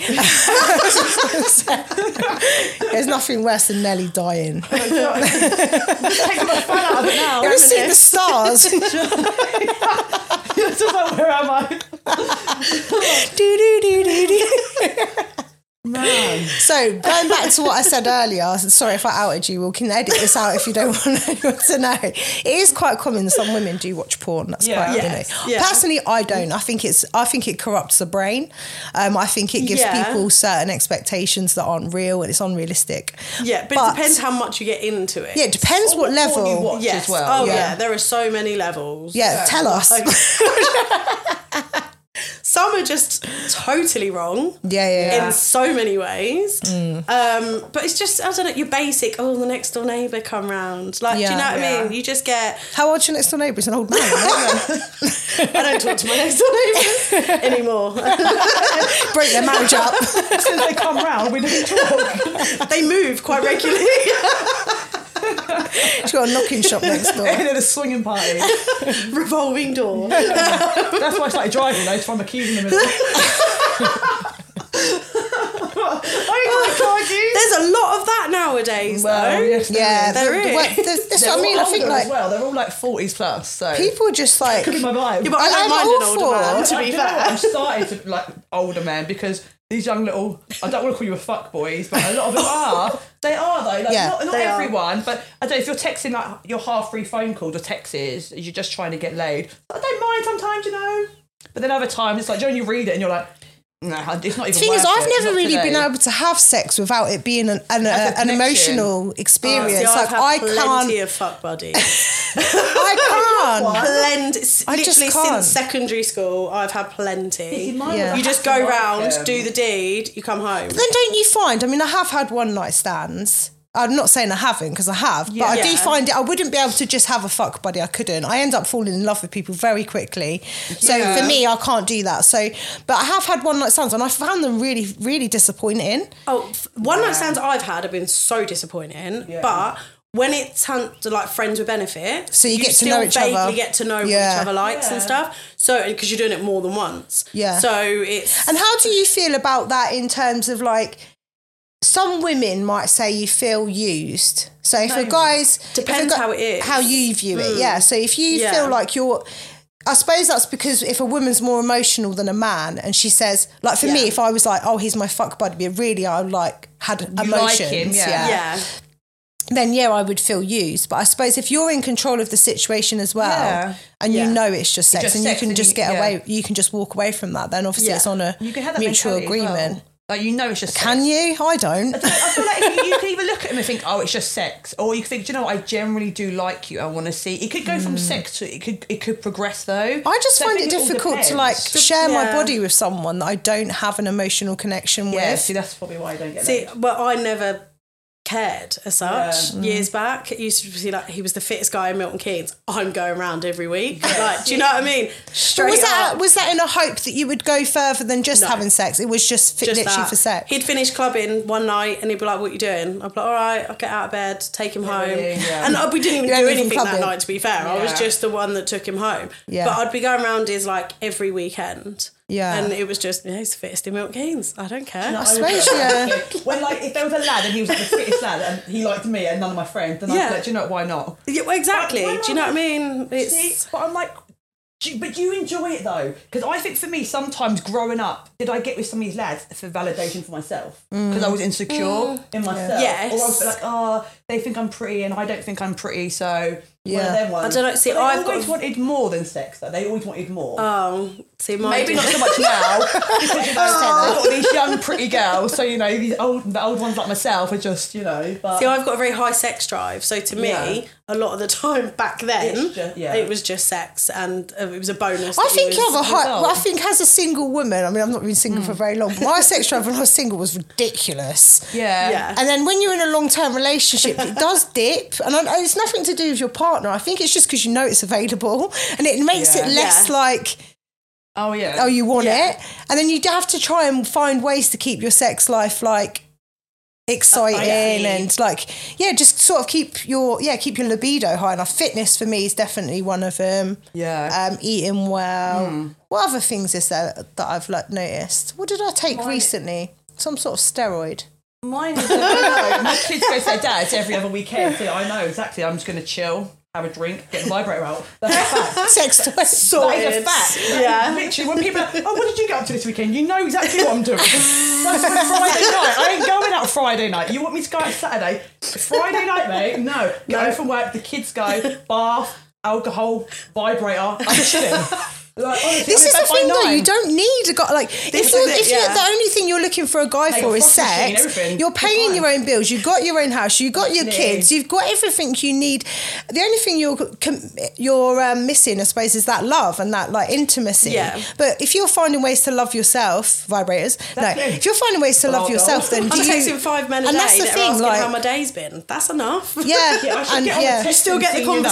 [SPEAKER 1] There's nothing worse than Nelly dying. Have
[SPEAKER 3] Take the fun out of it now.
[SPEAKER 1] you seen the stars? do,
[SPEAKER 3] It's just like, where am I?
[SPEAKER 1] do, do, do, do.
[SPEAKER 3] Man.
[SPEAKER 1] So, going back to what I said earlier, sorry if I outed you, we can edit this out if you don't want anyone to know. It is quite common. Some women do watch porn. That's
[SPEAKER 3] Yeah.
[SPEAKER 1] quite,
[SPEAKER 2] Yes.
[SPEAKER 1] you know.
[SPEAKER 2] Yeah.
[SPEAKER 1] Personally, I don't. I think it's. I think it corrupts the brain. Um, I think it gives
[SPEAKER 2] Yeah.
[SPEAKER 1] people certain expectations that aren't real and it's unrealistic.
[SPEAKER 2] Yeah, but,
[SPEAKER 1] But-
[SPEAKER 2] it depends how much you get into it.
[SPEAKER 1] Yeah, it depends what level.
[SPEAKER 3] you watch
[SPEAKER 2] Yes.
[SPEAKER 3] as well.
[SPEAKER 2] Oh, yeah.
[SPEAKER 1] yeah.
[SPEAKER 2] There are so many levels.
[SPEAKER 1] Yeah, tell us.
[SPEAKER 2] Like- Some are just totally wrong
[SPEAKER 1] yeah, yeah, yeah.
[SPEAKER 2] in so many ways. Um, but it's just, I don't know, your basic, oh, the next door neighbour come round. Like, do
[SPEAKER 1] Yeah.
[SPEAKER 2] you know what
[SPEAKER 3] Yeah.
[SPEAKER 2] I mean? You just get,
[SPEAKER 1] How old's your next door neighbour? He's an old man. isn't
[SPEAKER 2] I don't talk to my next door neighbours anymore.
[SPEAKER 1] he? Break their marriage up.
[SPEAKER 3] Since they come round, we don't talk.
[SPEAKER 2] they move quite regularly.
[SPEAKER 1] She's got a knocking shop next door.
[SPEAKER 3] and then a swinging party.
[SPEAKER 2] Revolving door.
[SPEAKER 3] That's why I started driving, though, to find my keys in the middle. I can't use
[SPEAKER 2] There's a lot of that nowadays,
[SPEAKER 3] Well,
[SPEAKER 2] though.
[SPEAKER 3] yes, there
[SPEAKER 1] Yeah,
[SPEAKER 3] is.
[SPEAKER 1] the-
[SPEAKER 2] There
[SPEAKER 1] the
[SPEAKER 2] is.
[SPEAKER 1] work- the- that's what I
[SPEAKER 3] They're all
[SPEAKER 1] mean. I think
[SPEAKER 3] older as
[SPEAKER 1] like
[SPEAKER 3] well, they're all like 40s plus, so.
[SPEAKER 1] people just like
[SPEAKER 3] Could be my vibe.
[SPEAKER 2] Yeah, but I,
[SPEAKER 1] I-
[SPEAKER 2] don't
[SPEAKER 1] I'm
[SPEAKER 2] mind
[SPEAKER 1] all
[SPEAKER 2] an older
[SPEAKER 1] for-
[SPEAKER 2] man, to
[SPEAKER 3] I
[SPEAKER 2] be
[SPEAKER 3] do know what,
[SPEAKER 2] fair.
[SPEAKER 3] I'm starting to like older men because these young little. I don't want to call you a fuck boys, but a lot of them are. They are though. Like,
[SPEAKER 1] Yeah,
[SPEAKER 3] not not
[SPEAKER 2] they are.
[SPEAKER 3] everyone, but I don't. If you're texting like your half free phone calls or texts, you're just trying to get laid. I don't mind sometimes, you know. But then other times it's like you know, when you read it and you're like, nah, it's not even.
[SPEAKER 1] The thing is,
[SPEAKER 3] worth
[SPEAKER 1] I've
[SPEAKER 3] it, it's
[SPEAKER 1] never
[SPEAKER 3] not
[SPEAKER 1] really
[SPEAKER 3] today."
[SPEAKER 1] been able to have sex without it being an an,
[SPEAKER 3] As a
[SPEAKER 1] an
[SPEAKER 3] connection.
[SPEAKER 1] emotional experience.
[SPEAKER 2] Yeah, Oh, I've
[SPEAKER 1] like
[SPEAKER 2] had
[SPEAKER 1] I
[SPEAKER 2] plenty
[SPEAKER 1] can't,
[SPEAKER 2] of fuck buddies.
[SPEAKER 1] I can't.
[SPEAKER 2] plenty. s-
[SPEAKER 1] I
[SPEAKER 2] Literally
[SPEAKER 1] just can't.
[SPEAKER 2] since secondary school, I've had plenty.
[SPEAKER 3] See, mine
[SPEAKER 1] Yeah.
[SPEAKER 3] was
[SPEAKER 2] You
[SPEAKER 3] I
[SPEAKER 2] just
[SPEAKER 3] had
[SPEAKER 2] go
[SPEAKER 3] to like
[SPEAKER 2] round,
[SPEAKER 3] them.
[SPEAKER 2] do the deed, you come home.
[SPEAKER 1] Then don't you find? I mean, I have had one night stands. I'm not saying I haven't because I have, but I do
[SPEAKER 2] Yeah.
[SPEAKER 1] find it. I wouldn't be able to just have a fuck buddy. I couldn't. I end up falling in love with people very quickly. So
[SPEAKER 3] Yeah.
[SPEAKER 1] for me, I can't do that. So, but I have had one night stands, and I found them really, really disappointing.
[SPEAKER 2] Oh, f- one night stands I've had have been so disappointing, but. When it's hun- to, like friends with benefits,
[SPEAKER 1] So you get to know each
[SPEAKER 2] vaguely
[SPEAKER 1] other.
[SPEAKER 2] get to know what
[SPEAKER 1] Yeah.
[SPEAKER 2] each other likes and stuff. So because you're doing it more than once,
[SPEAKER 1] Yeah.
[SPEAKER 2] So it's
[SPEAKER 1] And how do you feel about that in terms of like some women might say you feel used. So if a guy's if a
[SPEAKER 2] Depends
[SPEAKER 1] guy-
[SPEAKER 2] how it is. Mm.
[SPEAKER 1] how you view it. Yeah. So if you
[SPEAKER 2] Yeah.
[SPEAKER 1] feel like you're I suppose that's because if a woman's more emotional than a man and she says like for me
[SPEAKER 2] Yeah.
[SPEAKER 1] if I was like oh he's my fuck buddy but really I like had emotions
[SPEAKER 3] like him, yeah.
[SPEAKER 2] yeah,
[SPEAKER 1] then yeah I would feel used but I suppose if you're in control of the situation as well
[SPEAKER 3] Yeah.
[SPEAKER 1] and
[SPEAKER 2] Yeah.
[SPEAKER 1] you know it's just sex
[SPEAKER 3] just
[SPEAKER 1] and
[SPEAKER 3] sex
[SPEAKER 1] you can
[SPEAKER 3] and
[SPEAKER 1] just
[SPEAKER 3] you-
[SPEAKER 1] get
[SPEAKER 3] yeah.
[SPEAKER 1] away you can just walk away from that then obviously
[SPEAKER 2] Yeah.
[SPEAKER 1] it's on a
[SPEAKER 3] You can have that
[SPEAKER 1] mutual
[SPEAKER 3] mentality as
[SPEAKER 1] agreement
[SPEAKER 3] well. Like you know, it's just sex.
[SPEAKER 1] can you? I don't.
[SPEAKER 3] I feel like if you, you can either look at him and think, "Oh, it's just sex," or you can think, "Do you know, what? I generally do like you. I want to see." It could go from sex to it could it could progress though.
[SPEAKER 1] Hmm. I just
[SPEAKER 3] So
[SPEAKER 1] find it
[SPEAKER 3] think all
[SPEAKER 1] difficult to like
[SPEAKER 3] depends.
[SPEAKER 1] share my
[SPEAKER 2] yeah.
[SPEAKER 1] body with someone that I don't have an emotional connection
[SPEAKER 3] Yeah,
[SPEAKER 1] with.
[SPEAKER 3] see, that's probably why I don't get
[SPEAKER 2] See,
[SPEAKER 3] laid.
[SPEAKER 2] well, I never cared as such
[SPEAKER 1] Mm.
[SPEAKER 2] years back. It used to be like he was the fittest guy in Milton Keynes. I'm going round every week. Like, do you know what I mean?
[SPEAKER 1] But
[SPEAKER 2] Straight
[SPEAKER 1] was that
[SPEAKER 2] up.
[SPEAKER 1] was that in a hope that you would go further than just
[SPEAKER 2] No.
[SPEAKER 1] having sex? It was just, fi-
[SPEAKER 2] just
[SPEAKER 1] literally
[SPEAKER 2] that.
[SPEAKER 1] for sex.
[SPEAKER 2] He'd finish clubbing one night and he'd be like, What you doing? I'd be like, All right, I'll get out of bed, take him home.
[SPEAKER 3] yeah, yeah.
[SPEAKER 2] And uh, we didn't even
[SPEAKER 1] You
[SPEAKER 2] do
[SPEAKER 1] ain't even
[SPEAKER 2] anything that
[SPEAKER 1] clubbing.
[SPEAKER 2] night, to be fair. I was
[SPEAKER 3] Yeah.
[SPEAKER 2] just the one that took him home.
[SPEAKER 1] Yeah.
[SPEAKER 2] But I'd be going round his like every weekend.
[SPEAKER 1] Yeah.
[SPEAKER 2] And it was just, yeah, he's the fittest in Milton Keynes. I don't care.
[SPEAKER 1] I suppose yeah.
[SPEAKER 3] when like if there was a lad and he was like, the fittest lad and he liked me and none of my friends, then
[SPEAKER 2] Yeah.
[SPEAKER 3] I'd be like, "Do you know what? why not?"
[SPEAKER 2] Yeah, well, exactly.
[SPEAKER 3] But when
[SPEAKER 2] do you
[SPEAKER 3] I
[SPEAKER 2] know what I mean? It's
[SPEAKER 3] See, but I'm like, do you- but do you enjoy it though? Because I think for me, sometimes growing up, did I get with some of these lads for validation for myself? Because I was insecure in myself.
[SPEAKER 2] Mm. Yes.
[SPEAKER 3] Or I was like, oh, they think I'm pretty and I don't think I'm pretty, so one
[SPEAKER 1] Yeah.
[SPEAKER 3] of them ones.
[SPEAKER 2] I don't know, see,
[SPEAKER 3] But they
[SPEAKER 2] I've
[SPEAKER 3] always
[SPEAKER 2] got-
[SPEAKER 3] wanted more than sex though. They always wanted more.
[SPEAKER 2] um, see, my
[SPEAKER 3] Maybe not so much now because
[SPEAKER 2] Oh.
[SPEAKER 3] you know, I've got these young pretty girls. So you know these old, the old ones like myself are just you know. But
[SPEAKER 2] See, I've got a very high sex drive, so to me,
[SPEAKER 3] Yeah.
[SPEAKER 2] a lot of the time back then,
[SPEAKER 3] It's ju- yeah.
[SPEAKER 2] it was just sex, and uh, it was a bonus.
[SPEAKER 1] I
[SPEAKER 2] that
[SPEAKER 1] think you
[SPEAKER 2] was-
[SPEAKER 1] have a high.
[SPEAKER 3] result.
[SPEAKER 1] Well, I think as a single woman, I mean, I've not been single for very long. But my sex drive when I was single was ridiculous.
[SPEAKER 3] yeah,
[SPEAKER 2] Yeah.
[SPEAKER 1] And then when you're in a long term relationship, it does dip. And I, it's nothing to do with your partner. I think it's just because you know it's available and it makes it
[SPEAKER 3] Yeah.
[SPEAKER 1] less
[SPEAKER 2] Yeah.
[SPEAKER 1] like,
[SPEAKER 3] Oh yeah.
[SPEAKER 1] oh, you want it. And then you have to try and find ways to keep your sex life like exciting and like, yeah, just sort of keep your, yeah, keep your libido high enough. Fitness for me is definitely one of them.
[SPEAKER 3] yeah.
[SPEAKER 1] Um, eating well. What other things is there that I've like noticed? What did I take recently? Some sort of steroid.
[SPEAKER 3] Mine is, I don't know. My kids go to their dad's every other weekend. So I know exactly. I'm just going to chill, have a drink, get the vibrator out. That's a fact.
[SPEAKER 1] Sex toy.
[SPEAKER 3] That is a fact.
[SPEAKER 2] Yeah.
[SPEAKER 3] Literally, when people are like, oh, what did you get up to this weekend? You know exactly what I'm doing. That's my Friday night. I ain't going out Friday night. You want me to go out Saturday? Friday night, mate? No. Get home from work, the kids go, bath, alcohol, vibrator. I'm chilling. Like, honestly,
[SPEAKER 1] This
[SPEAKER 3] I'll be
[SPEAKER 1] is
[SPEAKER 3] back
[SPEAKER 1] the
[SPEAKER 3] by
[SPEAKER 1] thing, though.
[SPEAKER 3] nine.
[SPEAKER 1] You don't need a guy. Like, if
[SPEAKER 2] is
[SPEAKER 1] you're,
[SPEAKER 2] it,
[SPEAKER 1] if you're,
[SPEAKER 2] yeah.
[SPEAKER 1] the only thing you're looking for a guy for
[SPEAKER 3] a
[SPEAKER 1] is
[SPEAKER 3] fuck machine,
[SPEAKER 1] sex,
[SPEAKER 3] everything.
[SPEAKER 1] you're paying
[SPEAKER 3] You're
[SPEAKER 1] your own bills. You've got your own house. You've got your
[SPEAKER 3] Definitely.
[SPEAKER 1] kids. You've got everything you need. The only thing you're com- you're um, missing, I suppose, is that love and that like intimacy.
[SPEAKER 2] Yeah.
[SPEAKER 1] But if you're finding ways to love yourself, vibrators. No,
[SPEAKER 3] Definitely.
[SPEAKER 1] if you're finding ways to love
[SPEAKER 3] Well
[SPEAKER 1] yourself, then
[SPEAKER 3] done.
[SPEAKER 1] do
[SPEAKER 2] I'm
[SPEAKER 1] you?
[SPEAKER 2] texting five men a
[SPEAKER 1] and
[SPEAKER 2] day
[SPEAKER 1] that's the
[SPEAKER 2] that
[SPEAKER 1] thing,
[SPEAKER 2] are asking
[SPEAKER 1] like-
[SPEAKER 2] how my day's been. That's enough.
[SPEAKER 1] Yeah,
[SPEAKER 3] Yeah, I should
[SPEAKER 1] and
[SPEAKER 3] get on the
[SPEAKER 1] yeah.
[SPEAKER 3] text
[SPEAKER 2] Still
[SPEAKER 3] and
[SPEAKER 2] get the
[SPEAKER 3] see, you know, I should.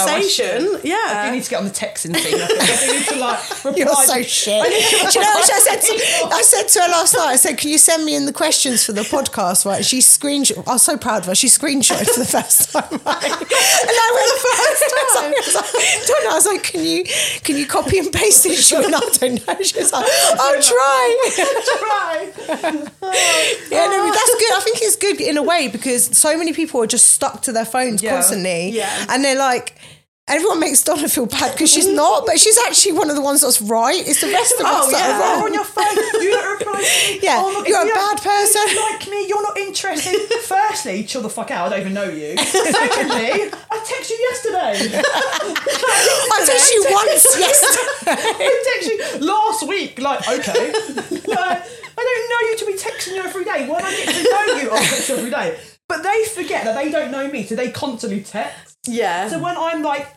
[SPEAKER 2] conversation.
[SPEAKER 3] I do
[SPEAKER 2] yeah.
[SPEAKER 3] need to get on the texting thing. I think I do need to like
[SPEAKER 1] Uh, You're
[SPEAKER 3] replied-
[SPEAKER 1] so shit. Do you know what I said? To, I said to her last night. I said, "Can you send me in the questions for the podcast?" Right? She screenshot. I was so proud of her. She screenshotted for the first time. Right? And I went the first time. I was like, Donna, I was like, "Can you can you copy and paste it?" She went, "I don't know." She was like, "I'll try."
[SPEAKER 3] Right.
[SPEAKER 1] Yeah, no, but that's good. I think it's good in a way because so many people are just stuck to their phones
[SPEAKER 3] Yeah.
[SPEAKER 1] constantly.
[SPEAKER 2] Yeah.
[SPEAKER 1] And they're like, everyone makes Donna feel bad because she's not, but she's actually one of the ones that's right. It's the rest of
[SPEAKER 3] Oh,
[SPEAKER 1] us
[SPEAKER 3] yeah.
[SPEAKER 1] that are
[SPEAKER 3] You're
[SPEAKER 1] wrong.
[SPEAKER 3] on your phone. You don't reply to me.
[SPEAKER 1] Yeah,
[SPEAKER 3] Oh, look,
[SPEAKER 1] you're
[SPEAKER 3] if
[SPEAKER 1] a
[SPEAKER 3] you don't-
[SPEAKER 1] bad person.
[SPEAKER 3] if you Like me, you're not interested. Firstly, chill the fuck out. I don't even know you. Secondly, I texted you yesterday.
[SPEAKER 1] I said she once yes.
[SPEAKER 3] I texted you last week. Like, okay. Like, I don't know you to be texting you every day. Why do I get to know you? I text you every day. But they forget that they don't know me, so they constantly text.
[SPEAKER 2] Yeah.
[SPEAKER 3] So when I'm like,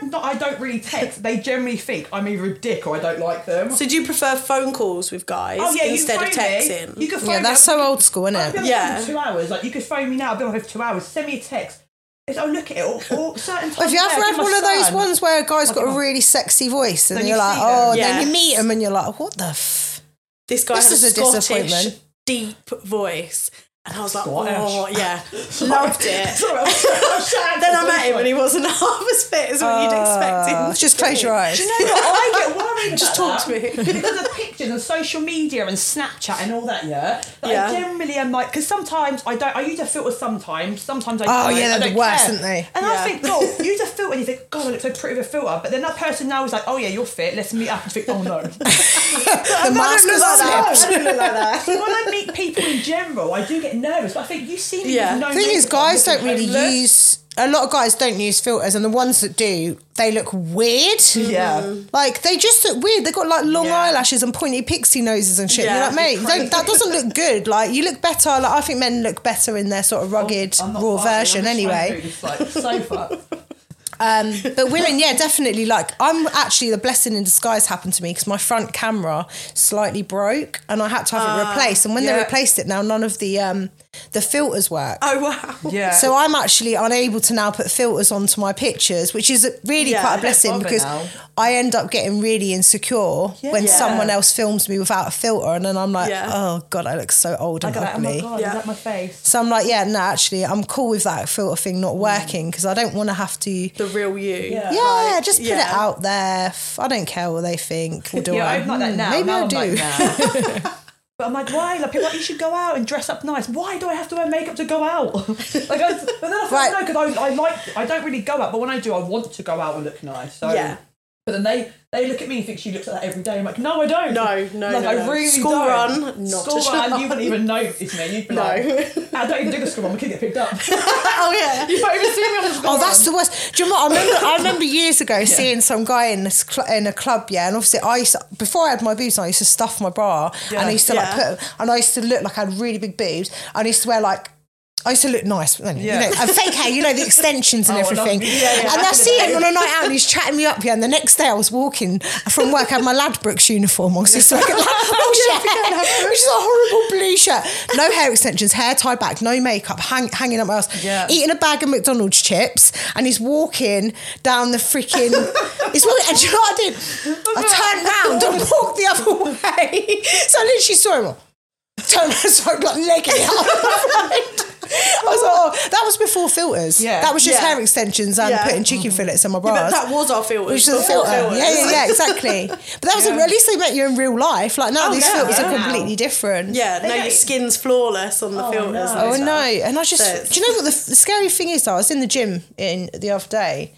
[SPEAKER 3] nah, no, I don't really text, they generally think I'm either a dick or I don't like them.
[SPEAKER 2] So do you prefer phone calls with guys
[SPEAKER 3] oh yeah, you
[SPEAKER 2] instead of
[SPEAKER 3] can phone me.
[SPEAKER 2] texting?
[SPEAKER 3] You can phone
[SPEAKER 1] Yeah,
[SPEAKER 3] me.
[SPEAKER 1] that's so old school,
[SPEAKER 3] I've
[SPEAKER 1] isn't
[SPEAKER 3] been
[SPEAKER 1] it?
[SPEAKER 3] on
[SPEAKER 2] Yeah.
[SPEAKER 3] yeah. for two hours. Like you could phone me now. I've been on for two hours. Send me a text. It's, oh look at it. Or, or certain times.
[SPEAKER 1] Have you
[SPEAKER 3] yeah,
[SPEAKER 1] ever
[SPEAKER 3] I
[SPEAKER 1] had
[SPEAKER 3] give my
[SPEAKER 1] one of those
[SPEAKER 3] son-
[SPEAKER 1] ones where a guy's got
[SPEAKER 3] give
[SPEAKER 1] a
[SPEAKER 3] my-
[SPEAKER 1] really sexy voice and
[SPEAKER 3] Then
[SPEAKER 1] you're
[SPEAKER 3] you
[SPEAKER 1] like,
[SPEAKER 3] see them.
[SPEAKER 1] oh,
[SPEAKER 2] Yeah.
[SPEAKER 1] then you meet him and you're like, what the f?
[SPEAKER 2] this guy
[SPEAKER 1] This
[SPEAKER 2] had
[SPEAKER 1] is
[SPEAKER 2] a
[SPEAKER 1] a
[SPEAKER 2] Scottish
[SPEAKER 1] disappointment.
[SPEAKER 2] deep voice, and I was like,
[SPEAKER 3] Scottish.
[SPEAKER 2] oh yeah, loved it.
[SPEAKER 3] Sorry, I'm sorry, I'm sorry.
[SPEAKER 2] Then I met him and he wasn't half as fit as what you'd expect him.
[SPEAKER 1] Uh,
[SPEAKER 2] to
[SPEAKER 1] just close
[SPEAKER 2] be.
[SPEAKER 1] your eyes.
[SPEAKER 3] Do you know what? I get worried about
[SPEAKER 2] Just talk to
[SPEAKER 3] that.
[SPEAKER 2] me.
[SPEAKER 3] because of pictures and social media and Snapchat and all that. Yeah, That
[SPEAKER 2] Yeah.
[SPEAKER 3] I generally am like because sometimes I don't. I use a filter sometimes. Sometimes I.
[SPEAKER 1] Oh,
[SPEAKER 3] don't,
[SPEAKER 1] yeah,
[SPEAKER 3] I
[SPEAKER 1] they're the
[SPEAKER 3] don't
[SPEAKER 1] worst,
[SPEAKER 3] care.
[SPEAKER 1] aren't they?
[SPEAKER 3] And
[SPEAKER 2] Yeah.
[SPEAKER 3] I think, oh, use a filter. And you think, God, I look so pretty with a filter. But then that person now is like, oh yeah, you're fit. Let's meet up and think, oh no.
[SPEAKER 1] The mask
[SPEAKER 2] look
[SPEAKER 1] has
[SPEAKER 2] like that.
[SPEAKER 1] slipped.
[SPEAKER 3] I don't look like that. when I meet people in general, I do get nervous. But I think you see me.
[SPEAKER 2] Yeah.
[SPEAKER 3] With no
[SPEAKER 1] The thing is,
[SPEAKER 3] makeup on,
[SPEAKER 1] guys don't
[SPEAKER 3] looking
[SPEAKER 1] really
[SPEAKER 3] homeless.
[SPEAKER 1] use. A lot of guys don't use filters, and the ones that do, they look weird. Mm-hmm.
[SPEAKER 3] Yeah.
[SPEAKER 1] Like they just look weird. They've got like long
[SPEAKER 3] Yeah.
[SPEAKER 1] eyelashes and pointy pixie noses and shit.
[SPEAKER 2] Yeah.
[SPEAKER 1] You're like, mate, don't, that doesn't look good. Like you look better. Like I think men look better in their sort of rugged,
[SPEAKER 3] Oh, I'm not
[SPEAKER 1] raw
[SPEAKER 3] farting,
[SPEAKER 1] version,
[SPEAKER 3] I'm just
[SPEAKER 1] anyway.
[SPEAKER 3] trying to do this, like, sofa.
[SPEAKER 1] Um, but women, yeah, definitely. Like, I'm actually the blessing in disguise happened to me because my front camera slightly broke, and I had to have
[SPEAKER 3] Ah,
[SPEAKER 1] it replaced. And when
[SPEAKER 2] yeah.
[SPEAKER 1] they replaced it, now none of the um, the filters work.
[SPEAKER 2] Oh wow.
[SPEAKER 3] yeah.
[SPEAKER 1] So I'm actually unable to now put filters onto my pictures, which is really
[SPEAKER 2] Yeah,
[SPEAKER 1] quite a
[SPEAKER 2] don't
[SPEAKER 1] blessing
[SPEAKER 3] bother
[SPEAKER 1] because
[SPEAKER 3] now.
[SPEAKER 1] I end up getting really insecure when
[SPEAKER 3] Yeah.
[SPEAKER 1] someone else films me without a filter, and then I'm like,
[SPEAKER 2] Yeah.
[SPEAKER 1] oh god, I look so old
[SPEAKER 3] I
[SPEAKER 1] and
[SPEAKER 3] go like, oh
[SPEAKER 1] ugly.
[SPEAKER 3] my god,
[SPEAKER 2] Yeah.
[SPEAKER 3] is that my face?
[SPEAKER 1] so I'm like, yeah, no, actually, I'm cool with that filter thing
[SPEAKER 3] Mm.
[SPEAKER 1] not working because I don't want to have to.
[SPEAKER 2] The real you.
[SPEAKER 3] Yeah.
[SPEAKER 1] Yeah,
[SPEAKER 2] Like,
[SPEAKER 1] just put it
[SPEAKER 2] yeah.
[SPEAKER 1] out there. F- I don't care what they think. Or do
[SPEAKER 3] Yeah,
[SPEAKER 1] I?
[SPEAKER 3] I'm like that
[SPEAKER 1] Hmm,
[SPEAKER 3] now.
[SPEAKER 1] Maybe
[SPEAKER 3] now
[SPEAKER 1] I
[SPEAKER 3] I'm
[SPEAKER 1] do.
[SPEAKER 3] Like, nah. but I'm like, why? Like people, are like, you should go out and dress up nice. Why do I have to wear makeup to go out? like, I, but then I thought,
[SPEAKER 1] Right.
[SPEAKER 3] no, because I, I like, I don't really go out, but when I do, I want to go out and look nice. So.
[SPEAKER 2] Yeah.
[SPEAKER 3] But then they, they look at me and think she looks like that every day. I'm like, no, I don't.
[SPEAKER 2] No, no,
[SPEAKER 3] Like,
[SPEAKER 2] no,
[SPEAKER 3] I
[SPEAKER 2] no.
[SPEAKER 3] really
[SPEAKER 2] School
[SPEAKER 3] don't.
[SPEAKER 2] run, not
[SPEAKER 3] school
[SPEAKER 2] a
[SPEAKER 3] run.
[SPEAKER 2] chance.
[SPEAKER 3] You wouldn't even notice me. You'd be
[SPEAKER 2] No.
[SPEAKER 3] like, I don't even do the school run. My kid get picked up.
[SPEAKER 2] Oh yeah.
[SPEAKER 3] you don't even see me on the school
[SPEAKER 1] Oh, that's
[SPEAKER 3] run.
[SPEAKER 1] the worst. Do you know what? I remember, I remember years ago seeing some guy in this cl- in a club, yeah. And obviously, I used to, before I had my boobs, on, I used to stuff my bra, and I used to
[SPEAKER 2] Yeah.
[SPEAKER 1] like put, and I used to look like I had really big boobs, and I used to wear like. I used to look nice, but then,
[SPEAKER 3] Yeah.
[SPEAKER 1] you know, and fake hair, you know, the extensions and
[SPEAKER 3] Oh, I love-
[SPEAKER 1] everything.
[SPEAKER 3] yeah, yeah, back
[SPEAKER 1] and I
[SPEAKER 3] in the
[SPEAKER 1] see
[SPEAKER 3] day.
[SPEAKER 1] him on a night out and he's chatting me up, yeah. And the next day I was walking from work, I had my Ladbrokes uniform on, so it's like a Ladbrokes shirt, which is a horrible blue shirt. No hair extensions, hair tied back, no makeup, hang, hanging up my ass,
[SPEAKER 3] Yeah.
[SPEAKER 1] eating a bag of McDonald's chips, and he's walking down the freaking. he's walking, and do you know what I did? I turned round and walked the other way. so I literally saw him. all, Turned around, so I'm like legging it out the front. I was like, oh, that was before filters.
[SPEAKER 3] Yeah.
[SPEAKER 1] That was just
[SPEAKER 2] Yeah.
[SPEAKER 1] hair extensions and
[SPEAKER 2] Yeah.
[SPEAKER 1] putting chicken fillets in my bras.
[SPEAKER 2] But that was our filter.
[SPEAKER 1] Which is a filter. Yeah, yeah, yeah, exactly. But that was a,
[SPEAKER 3] Yeah.
[SPEAKER 1] at least they met you in real life. Like now these
[SPEAKER 2] Oh, yeah,
[SPEAKER 1] filters are
[SPEAKER 3] yeah.
[SPEAKER 1] completely different.
[SPEAKER 2] Yeah, no,
[SPEAKER 3] don't-
[SPEAKER 2] your skin's flawless on the
[SPEAKER 3] Oh,
[SPEAKER 2] filters.
[SPEAKER 3] no.
[SPEAKER 1] Oh
[SPEAKER 2] and
[SPEAKER 1] no!
[SPEAKER 2] stuff.
[SPEAKER 1] And I just,
[SPEAKER 2] So it's-
[SPEAKER 1] do you know what the, the scary thing is? Though I was in the gym in the other day,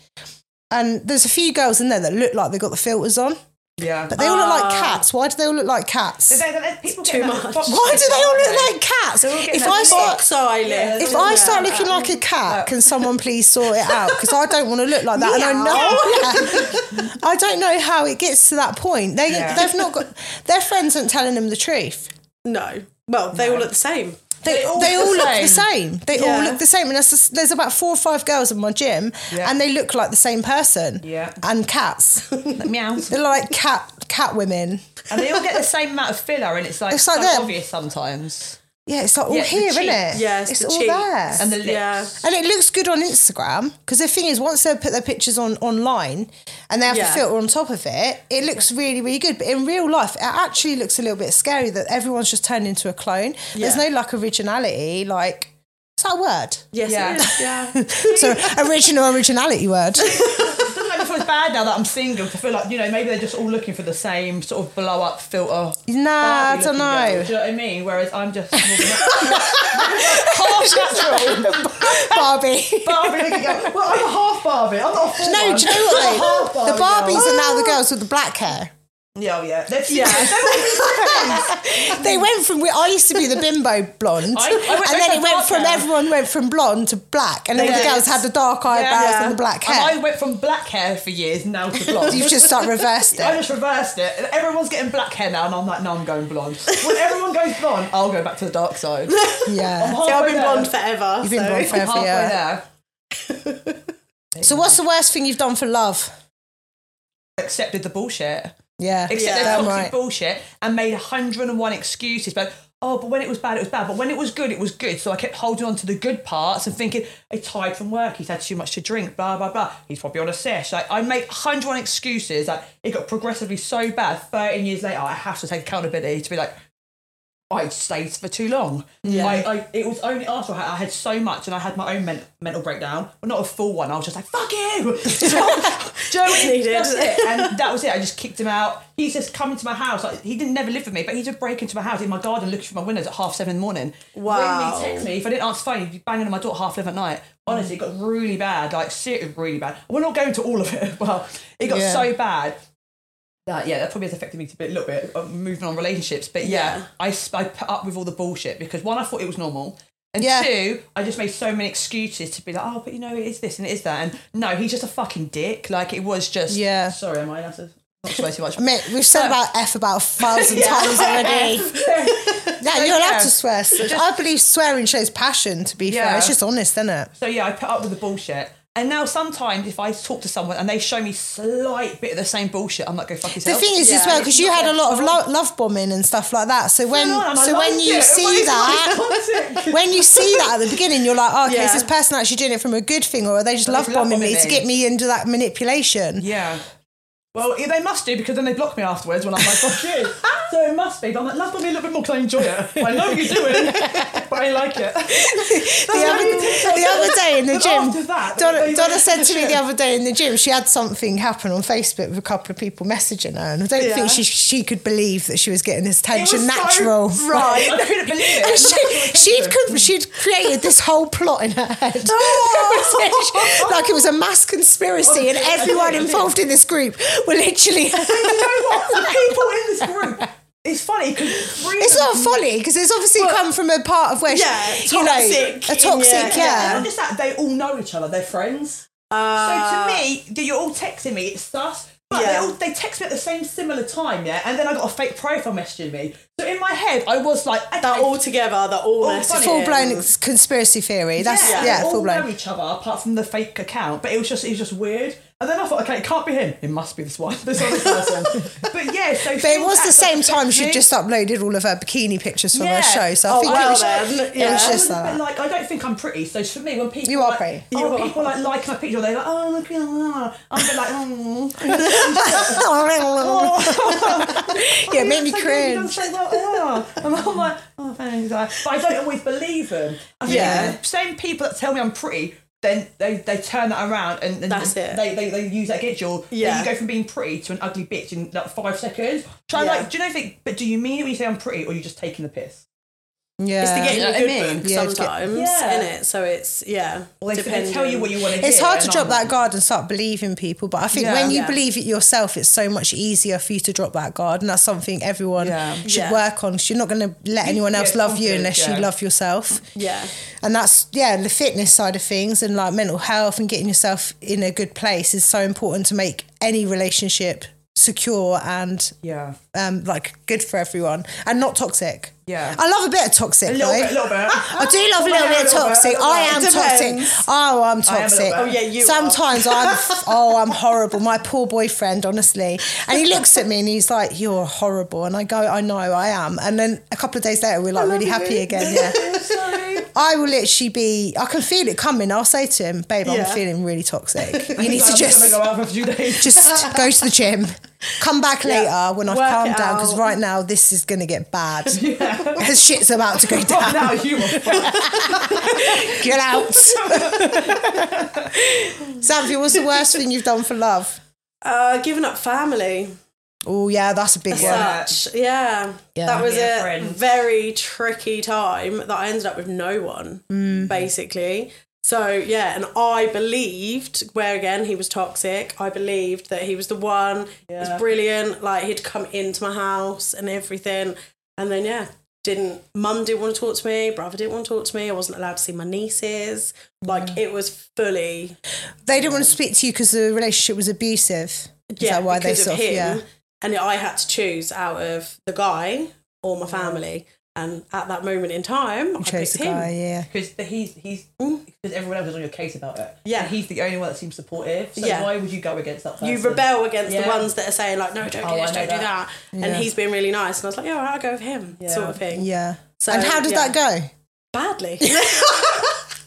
[SPEAKER 1] and there's a few girls in there that look like they got the filters on,
[SPEAKER 3] yeah.
[SPEAKER 1] but they all look
[SPEAKER 2] Ah.
[SPEAKER 1] like cats. Why do they all look like cats?
[SPEAKER 3] They- they- they- people
[SPEAKER 2] Too
[SPEAKER 3] get that
[SPEAKER 2] much.
[SPEAKER 3] fox-
[SPEAKER 1] Why do they all look like cats?
[SPEAKER 3] all getting
[SPEAKER 1] If
[SPEAKER 3] that
[SPEAKER 1] I start,
[SPEAKER 2] Box eyelid.
[SPEAKER 1] if I
[SPEAKER 3] Yeah.
[SPEAKER 1] start looking like a cat, can someone please sort it out? Because I don't want to look like that, and I know Yeah. I don't know how it gets to that point. They
[SPEAKER 3] Yeah.
[SPEAKER 1] they've not got their friends aren't telling them the truth.
[SPEAKER 2] No. Well, they all look the same.
[SPEAKER 1] They, they all, look, the same. They all
[SPEAKER 2] Yeah.
[SPEAKER 1] look the same. And that's just, there's about four or five girls in my gym,
[SPEAKER 3] Yeah.
[SPEAKER 1] and they look like the same person.
[SPEAKER 3] Yeah.
[SPEAKER 1] And cats.
[SPEAKER 3] meow.
[SPEAKER 1] They're like cat cat women.
[SPEAKER 3] and they all get the same amount of filler, and it's like
[SPEAKER 1] It's like
[SPEAKER 3] so
[SPEAKER 1] them.
[SPEAKER 3] obvious sometimes.
[SPEAKER 1] Yeah, it's like all
[SPEAKER 3] Yeah, the
[SPEAKER 1] here, isn't
[SPEAKER 3] cheeks.
[SPEAKER 1] it?
[SPEAKER 2] Yeah, it's
[SPEAKER 1] it's
[SPEAKER 2] the
[SPEAKER 1] all
[SPEAKER 2] cheeks.
[SPEAKER 1] there.
[SPEAKER 3] And the lips.
[SPEAKER 2] Yeah.
[SPEAKER 1] And it looks good on Instagram because the thing is, once they put their pictures on online and they have
[SPEAKER 2] Yeah.
[SPEAKER 1] to filter on top of it, it looks really, really good. But in real life, it actually looks a little bit scary that everyone's just turned into a clone. There's
[SPEAKER 2] Yeah.
[SPEAKER 1] no like originality. Like, is that a word?
[SPEAKER 2] Yes,
[SPEAKER 3] Yeah.
[SPEAKER 2] it is. Yeah.
[SPEAKER 1] So original originality word.
[SPEAKER 3] doesn't make me feel bad now that I'm single. 'cause I feel like you know maybe they're just all looking for the same sort of blow up filter.
[SPEAKER 1] Nah, I
[SPEAKER 3] Barbie
[SPEAKER 1] don't
[SPEAKER 3] looking girl,
[SPEAKER 1] know.
[SPEAKER 3] Do you know what I mean? Whereas I'm just more of a- half natural
[SPEAKER 1] Barbie.
[SPEAKER 3] Barbie looking girl. Well, I'm a half Barbie. I'm not a full
[SPEAKER 1] No,
[SPEAKER 3] one.
[SPEAKER 1] do you know what though?
[SPEAKER 3] I'm a
[SPEAKER 1] The
[SPEAKER 3] half Barbie
[SPEAKER 1] Barbies are now the girls with the black hair.
[SPEAKER 3] girl. Yeah, oh, yeah. That's,
[SPEAKER 2] Yeah.
[SPEAKER 1] They went from I used to be the bimbo blonde,
[SPEAKER 3] I- I went
[SPEAKER 1] and
[SPEAKER 3] back
[SPEAKER 1] then
[SPEAKER 3] to
[SPEAKER 1] it went
[SPEAKER 3] dark
[SPEAKER 1] from
[SPEAKER 3] hair.
[SPEAKER 1] everyone went from blonde to black, and then
[SPEAKER 3] They
[SPEAKER 1] the
[SPEAKER 3] did.
[SPEAKER 1] girls had the dark eyebrows
[SPEAKER 3] yeah.
[SPEAKER 1] and the black
[SPEAKER 3] And
[SPEAKER 1] hair.
[SPEAKER 3] I went from black hair for years now to blonde.
[SPEAKER 1] You've just start reversed
[SPEAKER 3] I
[SPEAKER 1] it.
[SPEAKER 3] just reversed it. And Everyone's getting black hair now, and I'm like, no, I'm going blonde. When everyone goes blonde, I'll go back to the dark side.
[SPEAKER 1] Yeah,
[SPEAKER 2] Yeah, I've
[SPEAKER 3] Halfway
[SPEAKER 2] been
[SPEAKER 3] there.
[SPEAKER 2] blonde forever.
[SPEAKER 1] you've been
[SPEAKER 2] so-
[SPEAKER 1] blonde forever.
[SPEAKER 3] Halfway
[SPEAKER 1] yeah.
[SPEAKER 3] there.
[SPEAKER 1] So what's the worst thing you've done for love?
[SPEAKER 3] Accepted the bullshit.
[SPEAKER 1] Yeah,
[SPEAKER 3] Except
[SPEAKER 2] Yeah.
[SPEAKER 3] their
[SPEAKER 1] Damn
[SPEAKER 3] toxic
[SPEAKER 1] right.
[SPEAKER 3] bullshit and made 101 excuses. But oh, but when it was bad, it was bad. But when it was good, it was good. So I kept holding on to the good parts and thinking, he's tired from work, he's had too much to drink, blah, blah, blah. He's probably on a sesh. Like, I made 101 excuses. Like, it got progressively so bad. 13 years later, I have to take accountability to be like, I stayed for too long. Yeah. I, I, it was only after I had, I had so much and I had my own men- mental breakdown. Well, not a full one. I was just like, fuck you. Joe
[SPEAKER 2] needed.
[SPEAKER 3] That's it. And that was it. I just kicked him out. He's just coming to my house. Like, he didn't never live with me, but he'd just break into my house in my garden looking through my windows at half seven in the morning.
[SPEAKER 2] Wow.
[SPEAKER 3] Ring me, text me. If I didn't answer the phone, he'd be banging on my door at half eleven at night. Honestly, it got really bad. Like, seriously, really bad. We're not going to all of it. Well, it got
[SPEAKER 1] Yeah.
[SPEAKER 3] so bad that yeah, that probably has affected me a, bit, a little bit. uh, moving on relationships, but yeah, I s- I put up with all the bullshit because one, I thought it was normal, and
[SPEAKER 1] Yeah.
[SPEAKER 3] two, I just made so many excuses to be like, oh, but you know, it is this and it is that, and no, he's just a fucking dick. Like it was just
[SPEAKER 1] Yeah.
[SPEAKER 3] Sorry, am I allowed to not swear too much?
[SPEAKER 1] Mate, we've said about F about a thousand times already. Yeah, you're allowed
[SPEAKER 3] yeah.
[SPEAKER 1] to swear. I believe swearing shows passion, to be fair.
[SPEAKER 3] Yeah.
[SPEAKER 1] It's just honest, isn't it?
[SPEAKER 3] So yeah, I put up with the bullshit. And now sometimes if I talk to someone and they show me slight bit of the same bullshit, I'm like, go fuck
[SPEAKER 1] The
[SPEAKER 3] yourself.
[SPEAKER 1] thing is, as
[SPEAKER 2] Yeah,
[SPEAKER 1] well,
[SPEAKER 2] it's
[SPEAKER 1] because you
[SPEAKER 3] not
[SPEAKER 1] had a
[SPEAKER 3] their
[SPEAKER 1] lot of
[SPEAKER 3] fault.
[SPEAKER 1] lo- love bombing and stuff like that. So when,
[SPEAKER 3] on, and I
[SPEAKER 1] um, so when
[SPEAKER 3] like
[SPEAKER 1] you
[SPEAKER 3] it. Why
[SPEAKER 1] see
[SPEAKER 3] is
[SPEAKER 1] that, when you see that at the beginning, you're like, oh, okay,
[SPEAKER 2] Yeah.
[SPEAKER 1] is this person actually doing it from a good thing, or are they just love
[SPEAKER 3] love
[SPEAKER 1] bombing me
[SPEAKER 3] bombing
[SPEAKER 1] to
[SPEAKER 3] me.
[SPEAKER 1] get me into that manipulation?
[SPEAKER 3] Yeah. Well, yeah, they must do because then they block me afterwards when I'm like, fuck you. So it must be. But I'm like, love me a little bit more because I enjoy it. I know what you're doing, but I like it.
[SPEAKER 1] The other, the other day in the
[SPEAKER 3] But
[SPEAKER 1] gym,
[SPEAKER 3] after that,
[SPEAKER 1] Donna,
[SPEAKER 3] they-
[SPEAKER 1] Donna
[SPEAKER 3] they-
[SPEAKER 1] said to me the other day in the gym, she had something happen on Facebook with a couple of people messaging her, and I don't
[SPEAKER 2] Yeah.
[SPEAKER 1] think she she could believe that she was getting this
[SPEAKER 3] It was
[SPEAKER 1] attention
[SPEAKER 3] so
[SPEAKER 1] natural.
[SPEAKER 3] right. I couldn't believe
[SPEAKER 1] And
[SPEAKER 3] it.
[SPEAKER 1] she, she'd con- she'd created this whole plot in her head, like it was a mass conspiracy, and everyone involved in this group were literally.
[SPEAKER 3] You know what? The people in this group. It's funny because
[SPEAKER 1] It's not funny because it's obviously come from a part of where she-
[SPEAKER 2] Mm. Yeah,
[SPEAKER 1] you
[SPEAKER 2] toxic,
[SPEAKER 1] know a toxic,
[SPEAKER 2] yeah.
[SPEAKER 1] yeah.
[SPEAKER 3] Not just that they all know each other. They're friends.
[SPEAKER 2] Uh,
[SPEAKER 3] so to me, that you're all texting me, it's sus. But they,
[SPEAKER 2] Yeah.
[SPEAKER 3] all, they text me at the same similar time, yeah. And then I got a fake profile messaging me. So in my head, I was like, okay,
[SPEAKER 2] they're all together. They're all
[SPEAKER 3] All
[SPEAKER 2] messaging.
[SPEAKER 3] Oh, funny.
[SPEAKER 1] Full blown conspiracy theory. That's yeah,
[SPEAKER 3] they
[SPEAKER 1] full
[SPEAKER 3] all know
[SPEAKER 1] blown.
[SPEAKER 3] each other apart from the fake account. But it was just, it was just weird. And then I thought, okay, it can't be him. It must be this one, this other person. but yeah, so
[SPEAKER 1] But it was the same time she just uploaded all of her bikini pictures from her
[SPEAKER 3] Yeah.
[SPEAKER 1] show, so I
[SPEAKER 2] Oh,
[SPEAKER 1] think
[SPEAKER 2] well
[SPEAKER 1] it was.
[SPEAKER 2] then.
[SPEAKER 1] It
[SPEAKER 2] yeah.
[SPEAKER 1] was just
[SPEAKER 3] But
[SPEAKER 1] that.
[SPEAKER 3] like, I don't think I'm pretty. So for me, when people
[SPEAKER 1] You are
[SPEAKER 3] like,
[SPEAKER 1] pretty.
[SPEAKER 3] oh,
[SPEAKER 2] You are.
[SPEAKER 3] people like like my picture, they're like, oh, look at that. I'm a bit like, oh.
[SPEAKER 1] Oh.
[SPEAKER 2] Oh.
[SPEAKER 1] yeah, it made me
[SPEAKER 3] It's like, "Oh, you done
[SPEAKER 1] cringe.
[SPEAKER 3] so well, yeah." And I'm like, oh, thanks. I- But I don't always believe them. I think
[SPEAKER 1] Yeah.
[SPEAKER 3] the same people that tell me I'm pretty, then they, they turn that around and, and
[SPEAKER 2] That's it.
[SPEAKER 3] They, they, they use that against you. Yeah.
[SPEAKER 2] Yeah.
[SPEAKER 3] You go from being pretty to an ugly bitch in like five seconds. So I'm
[SPEAKER 2] Yeah.
[SPEAKER 3] like, do you know think? But do you mean it when you say I'm pretty, or are you just taking the piss?
[SPEAKER 1] Yeah,
[SPEAKER 2] It's to get
[SPEAKER 3] You
[SPEAKER 2] you
[SPEAKER 3] know
[SPEAKER 2] a
[SPEAKER 3] what I
[SPEAKER 2] good
[SPEAKER 3] mean?
[SPEAKER 2] book
[SPEAKER 1] Yeah, to get-
[SPEAKER 2] sometimes,
[SPEAKER 3] Yeah.
[SPEAKER 2] in it. So it's yeah.
[SPEAKER 3] Or they, they tell you what you want to hear.
[SPEAKER 1] It's hard to
[SPEAKER 3] and
[SPEAKER 1] drop
[SPEAKER 3] I'm
[SPEAKER 1] that
[SPEAKER 3] like,
[SPEAKER 1] guard and start believing people, but I think
[SPEAKER 3] Yeah.
[SPEAKER 1] when you
[SPEAKER 2] Yeah.
[SPEAKER 1] believe it yourself, it's so much easier for you to drop that guard, and that's something everyone
[SPEAKER 3] Yeah.
[SPEAKER 1] should
[SPEAKER 2] Yeah.
[SPEAKER 1] work on. 'cause You're not going to let anyone else
[SPEAKER 3] get
[SPEAKER 1] love you
[SPEAKER 3] confident,
[SPEAKER 1] unless
[SPEAKER 3] yeah.
[SPEAKER 1] you love yourself,
[SPEAKER 2] Yeah,
[SPEAKER 1] and that's yeah, the fitness side of things and like mental health and getting yourself in a good place is so important to make any relationship secure and
[SPEAKER 3] Yeah.
[SPEAKER 1] um, like good for everyone and not toxic.
[SPEAKER 3] Yeah.
[SPEAKER 1] I love a bit of toxic.
[SPEAKER 3] A little
[SPEAKER 1] though.
[SPEAKER 3] bit, a little bit.
[SPEAKER 1] I do love a
[SPEAKER 3] I
[SPEAKER 1] little
[SPEAKER 3] am
[SPEAKER 1] bit of
[SPEAKER 3] a little bit,
[SPEAKER 1] toxic.
[SPEAKER 3] a little
[SPEAKER 1] I
[SPEAKER 3] bit.
[SPEAKER 1] am
[SPEAKER 2] It
[SPEAKER 1] toxic.
[SPEAKER 2] depends.
[SPEAKER 1] Oh, I'm
[SPEAKER 3] I am a little
[SPEAKER 1] toxic.
[SPEAKER 3] bit. Oh,
[SPEAKER 2] yeah, you are.
[SPEAKER 1] Sometimes I'm. Oh, I'm horrible. My poor boyfriend, honestly. And he looks at me and he's like, "You're horrible." And I go, "I know, I am." And then a couple of days later, we're like really happy again. Yeah.
[SPEAKER 3] Sorry.
[SPEAKER 1] I will literally be. I can feel it coming. I'll say to him, "Babe, I'm
[SPEAKER 2] Yeah.
[SPEAKER 1] feeling really toxic. You
[SPEAKER 3] I'm
[SPEAKER 1] need to
[SPEAKER 3] just gonna
[SPEAKER 1] just
[SPEAKER 3] go out for a few days.
[SPEAKER 1] just go to the gym. Come back later when I've
[SPEAKER 2] Work it
[SPEAKER 1] calmed down because
[SPEAKER 2] out.
[SPEAKER 1] right now this is gonna get bad. Shit's about to go
[SPEAKER 3] Right
[SPEAKER 1] down.
[SPEAKER 3] now you are fucked.
[SPEAKER 1] Get out. Xavier, what's the worst thing you've done for love?
[SPEAKER 2] Uh, giving up family.
[SPEAKER 1] Oh yeah, that's a big one.
[SPEAKER 3] Yeah.
[SPEAKER 2] Such, yeah.
[SPEAKER 1] Yeah.
[SPEAKER 2] That was
[SPEAKER 3] Yeah,
[SPEAKER 2] a
[SPEAKER 3] friends.
[SPEAKER 2] very tricky time that I ended up with no one, basically. So, yeah, and I believed, where again, he was toxic. I believed that he was the one. It was
[SPEAKER 3] Yeah.
[SPEAKER 2] brilliant. Like, he'd come into my house and everything. And then, yeah, didn't, mum didn't want to talk to me, brother didn't want to talk to me. I wasn't allowed to see my nieces. Like, it was fully
[SPEAKER 1] They didn't want to speak to you because the relationship was abusive. Is that why they
[SPEAKER 2] because
[SPEAKER 1] sort
[SPEAKER 2] of
[SPEAKER 1] of
[SPEAKER 2] him.
[SPEAKER 1] yeah.
[SPEAKER 2] And I had to choose out of the guy or my family. And at that moment in time, I
[SPEAKER 1] Chose
[SPEAKER 2] picked
[SPEAKER 1] the
[SPEAKER 2] him.
[SPEAKER 1] guy, yeah.
[SPEAKER 3] Because he's he's because everyone else is on your case about it.
[SPEAKER 2] Mm. Yeah.
[SPEAKER 3] And he's the only one that seems supportive. So
[SPEAKER 2] Yeah.
[SPEAKER 3] why would you go against that person?
[SPEAKER 2] You rebel against
[SPEAKER 3] Yeah.
[SPEAKER 2] the ones that are saying like, no, don't
[SPEAKER 3] Oh,
[SPEAKER 2] do
[SPEAKER 3] I
[SPEAKER 2] this,
[SPEAKER 3] know
[SPEAKER 2] don't do
[SPEAKER 3] that.
[SPEAKER 2] that. And he's been really nice, and I was like, yeah, all right, I'll go with him, sort of thing.
[SPEAKER 1] Yeah.
[SPEAKER 2] So,
[SPEAKER 1] and how did
[SPEAKER 2] yeah.
[SPEAKER 1] that go?
[SPEAKER 2] Badly.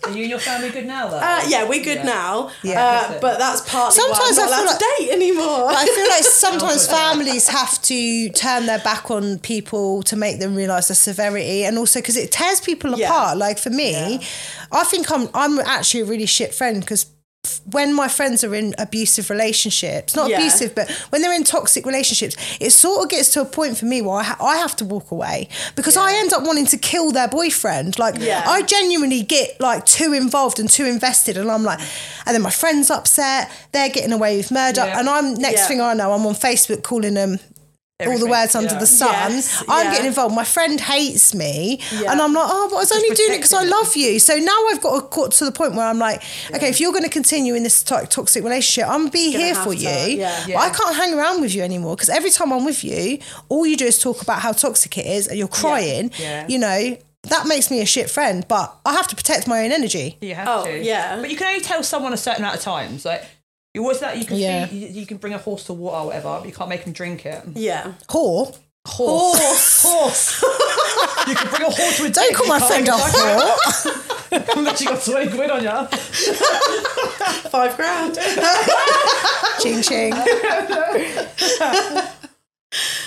[SPEAKER 3] Are you and your family good now though?
[SPEAKER 2] Uh, yeah, we're good now.
[SPEAKER 1] Yeah.
[SPEAKER 2] uh, but that's partly
[SPEAKER 1] Sometimes
[SPEAKER 2] why I'm
[SPEAKER 1] I
[SPEAKER 2] not
[SPEAKER 1] feel
[SPEAKER 2] allowed to date anymore.
[SPEAKER 1] But I feel like sometimes
[SPEAKER 3] Oh, God.
[SPEAKER 1] families have to turn their back on people to make them realise the severity, and also because it tears people
[SPEAKER 2] Yeah.
[SPEAKER 1] apart. Like for me, I think I'm I'm actually a really shit friend because when my friends are in abusive relationships, not
[SPEAKER 2] Yeah.
[SPEAKER 1] abusive, but when they're in toxic relationships, it sort of gets to a point for me where I, ha- I have to walk away because I end up wanting to kill their boyfriend. Like
[SPEAKER 2] Yeah.
[SPEAKER 1] I genuinely get like too involved and too invested, and I'm like, and then my friend's upset, they're getting away with murder,
[SPEAKER 3] Yeah.
[SPEAKER 1] and I'm next
[SPEAKER 2] Yeah.
[SPEAKER 1] thing I know, I'm on Facebook calling them. All
[SPEAKER 3] Everything,
[SPEAKER 1] the words under
[SPEAKER 3] yeah.
[SPEAKER 1] the sun.
[SPEAKER 2] Yes,
[SPEAKER 1] I'm
[SPEAKER 2] yeah.
[SPEAKER 1] getting involved. My friend hates me,
[SPEAKER 2] Yeah.
[SPEAKER 1] and I'm like, oh, but I was only doing it because I
[SPEAKER 3] protecting
[SPEAKER 1] love you. So now I've got got to the point where I'm like, okay, if you're going to continue in this to- toxic relationship, I'm gonna be
[SPEAKER 2] Gonna
[SPEAKER 1] here
[SPEAKER 2] have
[SPEAKER 1] for
[SPEAKER 2] to,
[SPEAKER 1] you.
[SPEAKER 2] yeah.
[SPEAKER 1] But
[SPEAKER 3] Yeah.
[SPEAKER 1] I can't hang around with you anymore because every time I'm with you, all you do is talk about how toxic it is, and you're crying.
[SPEAKER 3] Yeah.
[SPEAKER 1] You know that makes me a shit friend, but I have to protect my own energy.
[SPEAKER 3] You have
[SPEAKER 2] Oh,
[SPEAKER 3] to.
[SPEAKER 2] yeah.
[SPEAKER 3] But you can only tell someone a certain amount of times. Like, you- what's that? You can
[SPEAKER 1] Yeah.
[SPEAKER 3] feed, you, you can bring a horse to water or whatever, but you can't make him drink it.
[SPEAKER 2] yeah.
[SPEAKER 1] Whore.
[SPEAKER 3] Horse. Horse. you can bring a horse to a
[SPEAKER 1] Don't call my friend a whore.
[SPEAKER 3] Unless you got 20 quid on you.
[SPEAKER 2] Five grand.
[SPEAKER 1] ching ching.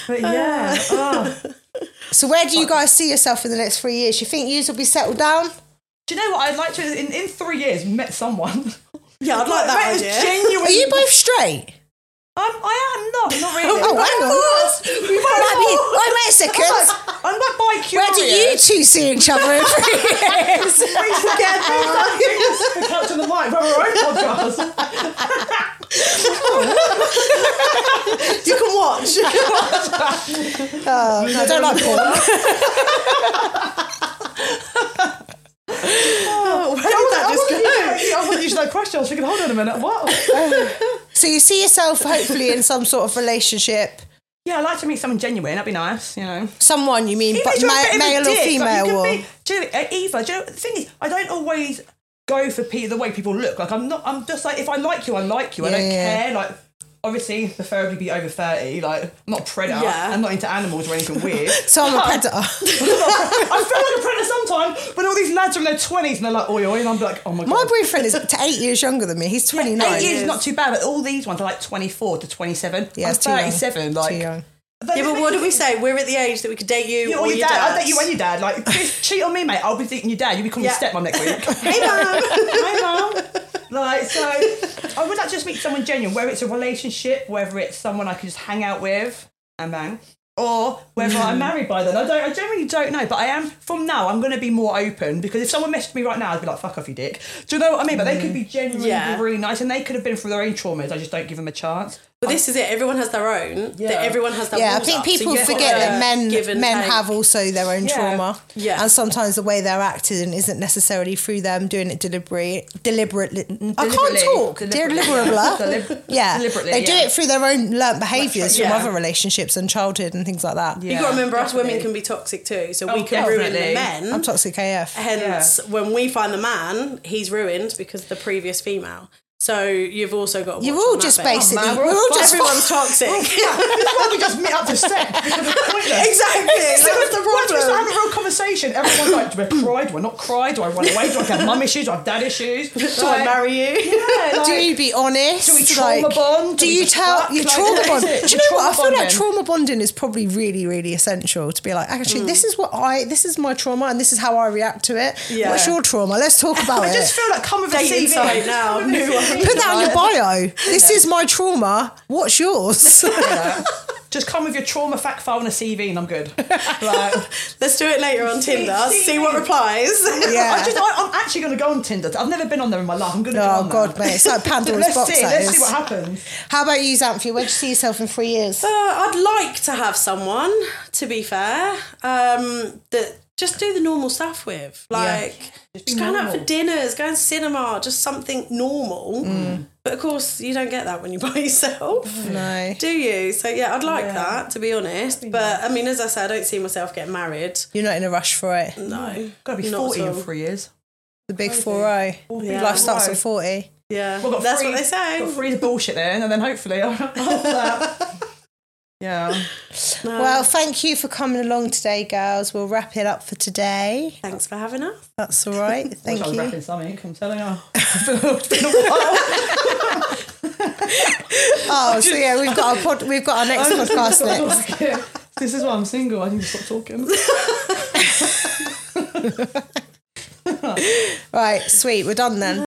[SPEAKER 3] But
[SPEAKER 2] Uh.
[SPEAKER 3] yeah. oh.
[SPEAKER 1] So where do you guys see yourself in the next three years? You think yous will be settled down?
[SPEAKER 3] Do you know what? I'd like to, in, in three years, met someone.
[SPEAKER 2] Yeah, I'd like that
[SPEAKER 3] That is
[SPEAKER 2] idea.
[SPEAKER 1] Are
[SPEAKER 3] genuine.
[SPEAKER 1] you both straight?
[SPEAKER 3] I'm, I am not, not really.
[SPEAKER 1] Oh, hang on.
[SPEAKER 3] We might
[SPEAKER 1] Might be-
[SPEAKER 3] not.
[SPEAKER 1] Wait, wait a second.
[SPEAKER 3] I'm not bi
[SPEAKER 1] Where
[SPEAKER 3] curious.
[SPEAKER 1] do you two see each other in three years?
[SPEAKER 3] We catch on the mic from our own podcast.
[SPEAKER 2] You can watch.
[SPEAKER 1] Oh, no, I don't like porn.
[SPEAKER 3] I
[SPEAKER 2] that
[SPEAKER 3] wasn't
[SPEAKER 2] just
[SPEAKER 3] you- I wasn't using that question. I was thinking, hold on a minute, what?
[SPEAKER 1] So you see yourself hopefully in some sort of relationship.
[SPEAKER 3] Yeah, I'd like to meet someone genuine. That'd be nice, you know.
[SPEAKER 1] Someone you mean,
[SPEAKER 3] Even
[SPEAKER 1] but
[SPEAKER 3] if you're a
[SPEAKER 1] ma-
[SPEAKER 3] bit of a
[SPEAKER 1] male or
[SPEAKER 3] dick, like, you
[SPEAKER 1] female?
[SPEAKER 3] can
[SPEAKER 1] Or,
[SPEAKER 3] be- do you know, uh, either. Do you know, the thing is, I don't always go for pe- the way people look. Like, I'm not, I'm just like, if I like you, I like you. I
[SPEAKER 1] Yeah,
[SPEAKER 3] don't
[SPEAKER 1] yeah.
[SPEAKER 3] care. Like, obviously, preferably be over 30. Like, I'm not a predator.
[SPEAKER 2] Yeah.
[SPEAKER 3] I'm not into animals or anything weird.
[SPEAKER 1] so I'm a
[SPEAKER 3] Oh.
[SPEAKER 1] predator.
[SPEAKER 3] I feel like a predator sometimes, but all these lads are in their 20s and they're like, oi, oi. And I'm like, oh my God.
[SPEAKER 1] My boyfriend is up to eight years younger than me. He's 29.
[SPEAKER 3] Eight years
[SPEAKER 2] is.
[SPEAKER 3] is not too bad, but all these ones are like 24 to 27.
[SPEAKER 1] Yeah,
[SPEAKER 3] I'm
[SPEAKER 1] it's too young.
[SPEAKER 3] 37. Like,
[SPEAKER 1] Too young.
[SPEAKER 2] Yeah, but what do we say? We're at the age that we could date you
[SPEAKER 3] You
[SPEAKER 2] or
[SPEAKER 3] or
[SPEAKER 2] your,
[SPEAKER 3] your dad.
[SPEAKER 2] dad.
[SPEAKER 3] I'll date you and your dad. Like, please cheat on me, mate. I'll be dating your dad. You'll be calling
[SPEAKER 2] Yeah.
[SPEAKER 3] your stepmom next week.
[SPEAKER 2] Hey, Mum.
[SPEAKER 3] Hi, mum. Like, so I would like to just meet someone genuine, whether it's a relationship, whether it's someone I can just hang out with and bang, or whether
[SPEAKER 2] Mm.
[SPEAKER 3] I'm married by then. I don't. I generally don't know, but I am. From now, I'm going to be more open because if someone messaged me right now, I'd be like, "Fuck off, you dick." Do you know what I mean? But they could be genuinely
[SPEAKER 2] Mm. Yeah.
[SPEAKER 3] really nice, and they could have been through their own traumas. I just don't give them a chance.
[SPEAKER 2] But this is it. Everyone has their own.
[SPEAKER 3] Yeah.
[SPEAKER 2] That everyone has their.
[SPEAKER 1] Yeah, I
[SPEAKER 2] walls
[SPEAKER 1] think
[SPEAKER 2] up, so you
[SPEAKER 1] people
[SPEAKER 2] get
[SPEAKER 1] forget
[SPEAKER 2] a
[SPEAKER 1] that men
[SPEAKER 2] give and
[SPEAKER 1] men
[SPEAKER 2] take.
[SPEAKER 1] have also their own
[SPEAKER 3] Yeah.
[SPEAKER 1] trauma,
[SPEAKER 2] Yeah.
[SPEAKER 1] and sometimes the way they're acting isn't necessarily through them doing it deliberately. Deliberately, I can't
[SPEAKER 5] Deliberately.
[SPEAKER 1] talk.
[SPEAKER 5] Deliberately.
[SPEAKER 1] Deliberately,
[SPEAKER 5] Delib-
[SPEAKER 1] yeah,
[SPEAKER 5] deliberately,
[SPEAKER 1] They do
[SPEAKER 5] yeah.
[SPEAKER 1] it through their own learnt behaviours
[SPEAKER 2] Yeah.
[SPEAKER 1] from other relationships and childhood and things like that.
[SPEAKER 2] You got to
[SPEAKER 5] Yeah,
[SPEAKER 2] remember, us women
[SPEAKER 5] definitely.
[SPEAKER 2] can be toxic too, so
[SPEAKER 3] Oh,
[SPEAKER 2] we can ruin
[SPEAKER 5] definitely.
[SPEAKER 2] the men.
[SPEAKER 1] I'm toxic AF.
[SPEAKER 2] Hence, when we find the man, he's ruined because of the previous female. So you've also got. To
[SPEAKER 1] You're
[SPEAKER 2] watch
[SPEAKER 1] all
[SPEAKER 2] on
[SPEAKER 1] just
[SPEAKER 2] that bit.
[SPEAKER 1] basically,
[SPEAKER 5] man,
[SPEAKER 1] we're,
[SPEAKER 5] we're
[SPEAKER 1] all
[SPEAKER 5] all
[SPEAKER 1] just
[SPEAKER 2] Everyone's toxic.
[SPEAKER 3] Why we just meet up to step? Because it's pointless.
[SPEAKER 2] exactly.
[SPEAKER 3] Like,
[SPEAKER 2] That's the
[SPEAKER 3] Once we start
[SPEAKER 2] problem.
[SPEAKER 3] having a real conversation, everyone's like, do I cry? Do I not cry? Do I run away? Do I have mum issues? Do I have dad issues?
[SPEAKER 2] Do I marry you?
[SPEAKER 3] Yeah, like,
[SPEAKER 1] Do you be honest?
[SPEAKER 3] Do we trauma bond?
[SPEAKER 1] Do,
[SPEAKER 3] Do we
[SPEAKER 1] you
[SPEAKER 3] just
[SPEAKER 1] tell
[SPEAKER 3] fuck?
[SPEAKER 1] you
[SPEAKER 3] Like,
[SPEAKER 1] trauma
[SPEAKER 3] that's
[SPEAKER 1] bond?
[SPEAKER 3] it.
[SPEAKER 1] Do you know
[SPEAKER 3] Trauma
[SPEAKER 1] what? I feel like
[SPEAKER 3] bonding.
[SPEAKER 1] trauma bonding is probably really, really essential to be like, actually, this
[SPEAKER 3] Mm.
[SPEAKER 1] is what I, this is my trauma, and this is how I react to it.
[SPEAKER 2] Yeah.
[SPEAKER 1] What's your trauma? Let's talk about
[SPEAKER 3] I
[SPEAKER 1] it.
[SPEAKER 3] just feel like come with a CV.
[SPEAKER 2] Dating site now,
[SPEAKER 3] Come with a
[SPEAKER 2] new one.
[SPEAKER 3] CV.
[SPEAKER 1] Put that on your bio. This is my trauma. What's yours?
[SPEAKER 3] Just come with your trauma fact file and a CV, and I'm good. Like,
[SPEAKER 2] Let's do it later on Tinder.
[SPEAKER 3] see-
[SPEAKER 2] See what replies.
[SPEAKER 1] yeah.
[SPEAKER 3] I just, I, I'm actually going to go on Tinder. I've never been on there in my life. I'm going to go on
[SPEAKER 1] oh
[SPEAKER 3] there.
[SPEAKER 1] God, mate, it's like Pandora's
[SPEAKER 3] Let's
[SPEAKER 1] box.
[SPEAKER 3] see.
[SPEAKER 1] that
[SPEAKER 3] Let's
[SPEAKER 1] is.
[SPEAKER 3] see what happens.
[SPEAKER 1] How about you, Xanthi? Where do you see yourself in three years?
[SPEAKER 2] Uh, I'd like to have someone, to be fair, um, that just do the normal stuff with, like just, going out for dinners, going to cinema, just something normal. But of course, you don't get that when you're by yourself,
[SPEAKER 1] No.
[SPEAKER 2] do you? So yeah, I'd like that to be honest. But I mean, as I said, I don't see myself getting married.
[SPEAKER 1] You're not in a rush for it.
[SPEAKER 2] No,
[SPEAKER 3] Got to be
[SPEAKER 2] Not
[SPEAKER 3] 40
[SPEAKER 2] at
[SPEAKER 3] in
[SPEAKER 2] all.
[SPEAKER 3] three years.
[SPEAKER 1] The big four O.
[SPEAKER 2] Yeah.
[SPEAKER 1] Life starts at forty.
[SPEAKER 2] yeah,
[SPEAKER 3] Well, I've got
[SPEAKER 2] that's
[SPEAKER 3] three-
[SPEAKER 2] what they
[SPEAKER 3] Got
[SPEAKER 2] say.
[SPEAKER 3] three is bullshit then, and then hopefully. I'll, I'll- yeah.
[SPEAKER 2] No.
[SPEAKER 1] Well, thank you for coming along today, girls. We'll wrap it up for today.
[SPEAKER 2] thanks for having us.
[SPEAKER 1] That's all right. Thank
[SPEAKER 3] I was
[SPEAKER 1] you.
[SPEAKER 3] wrapping something. I'm telling you.
[SPEAKER 1] Oh, so yeah, we've got our pod, we've got our next podcast next.
[SPEAKER 3] This is why I'm single. I need to stop talking.
[SPEAKER 1] Right, sweet. We're done then.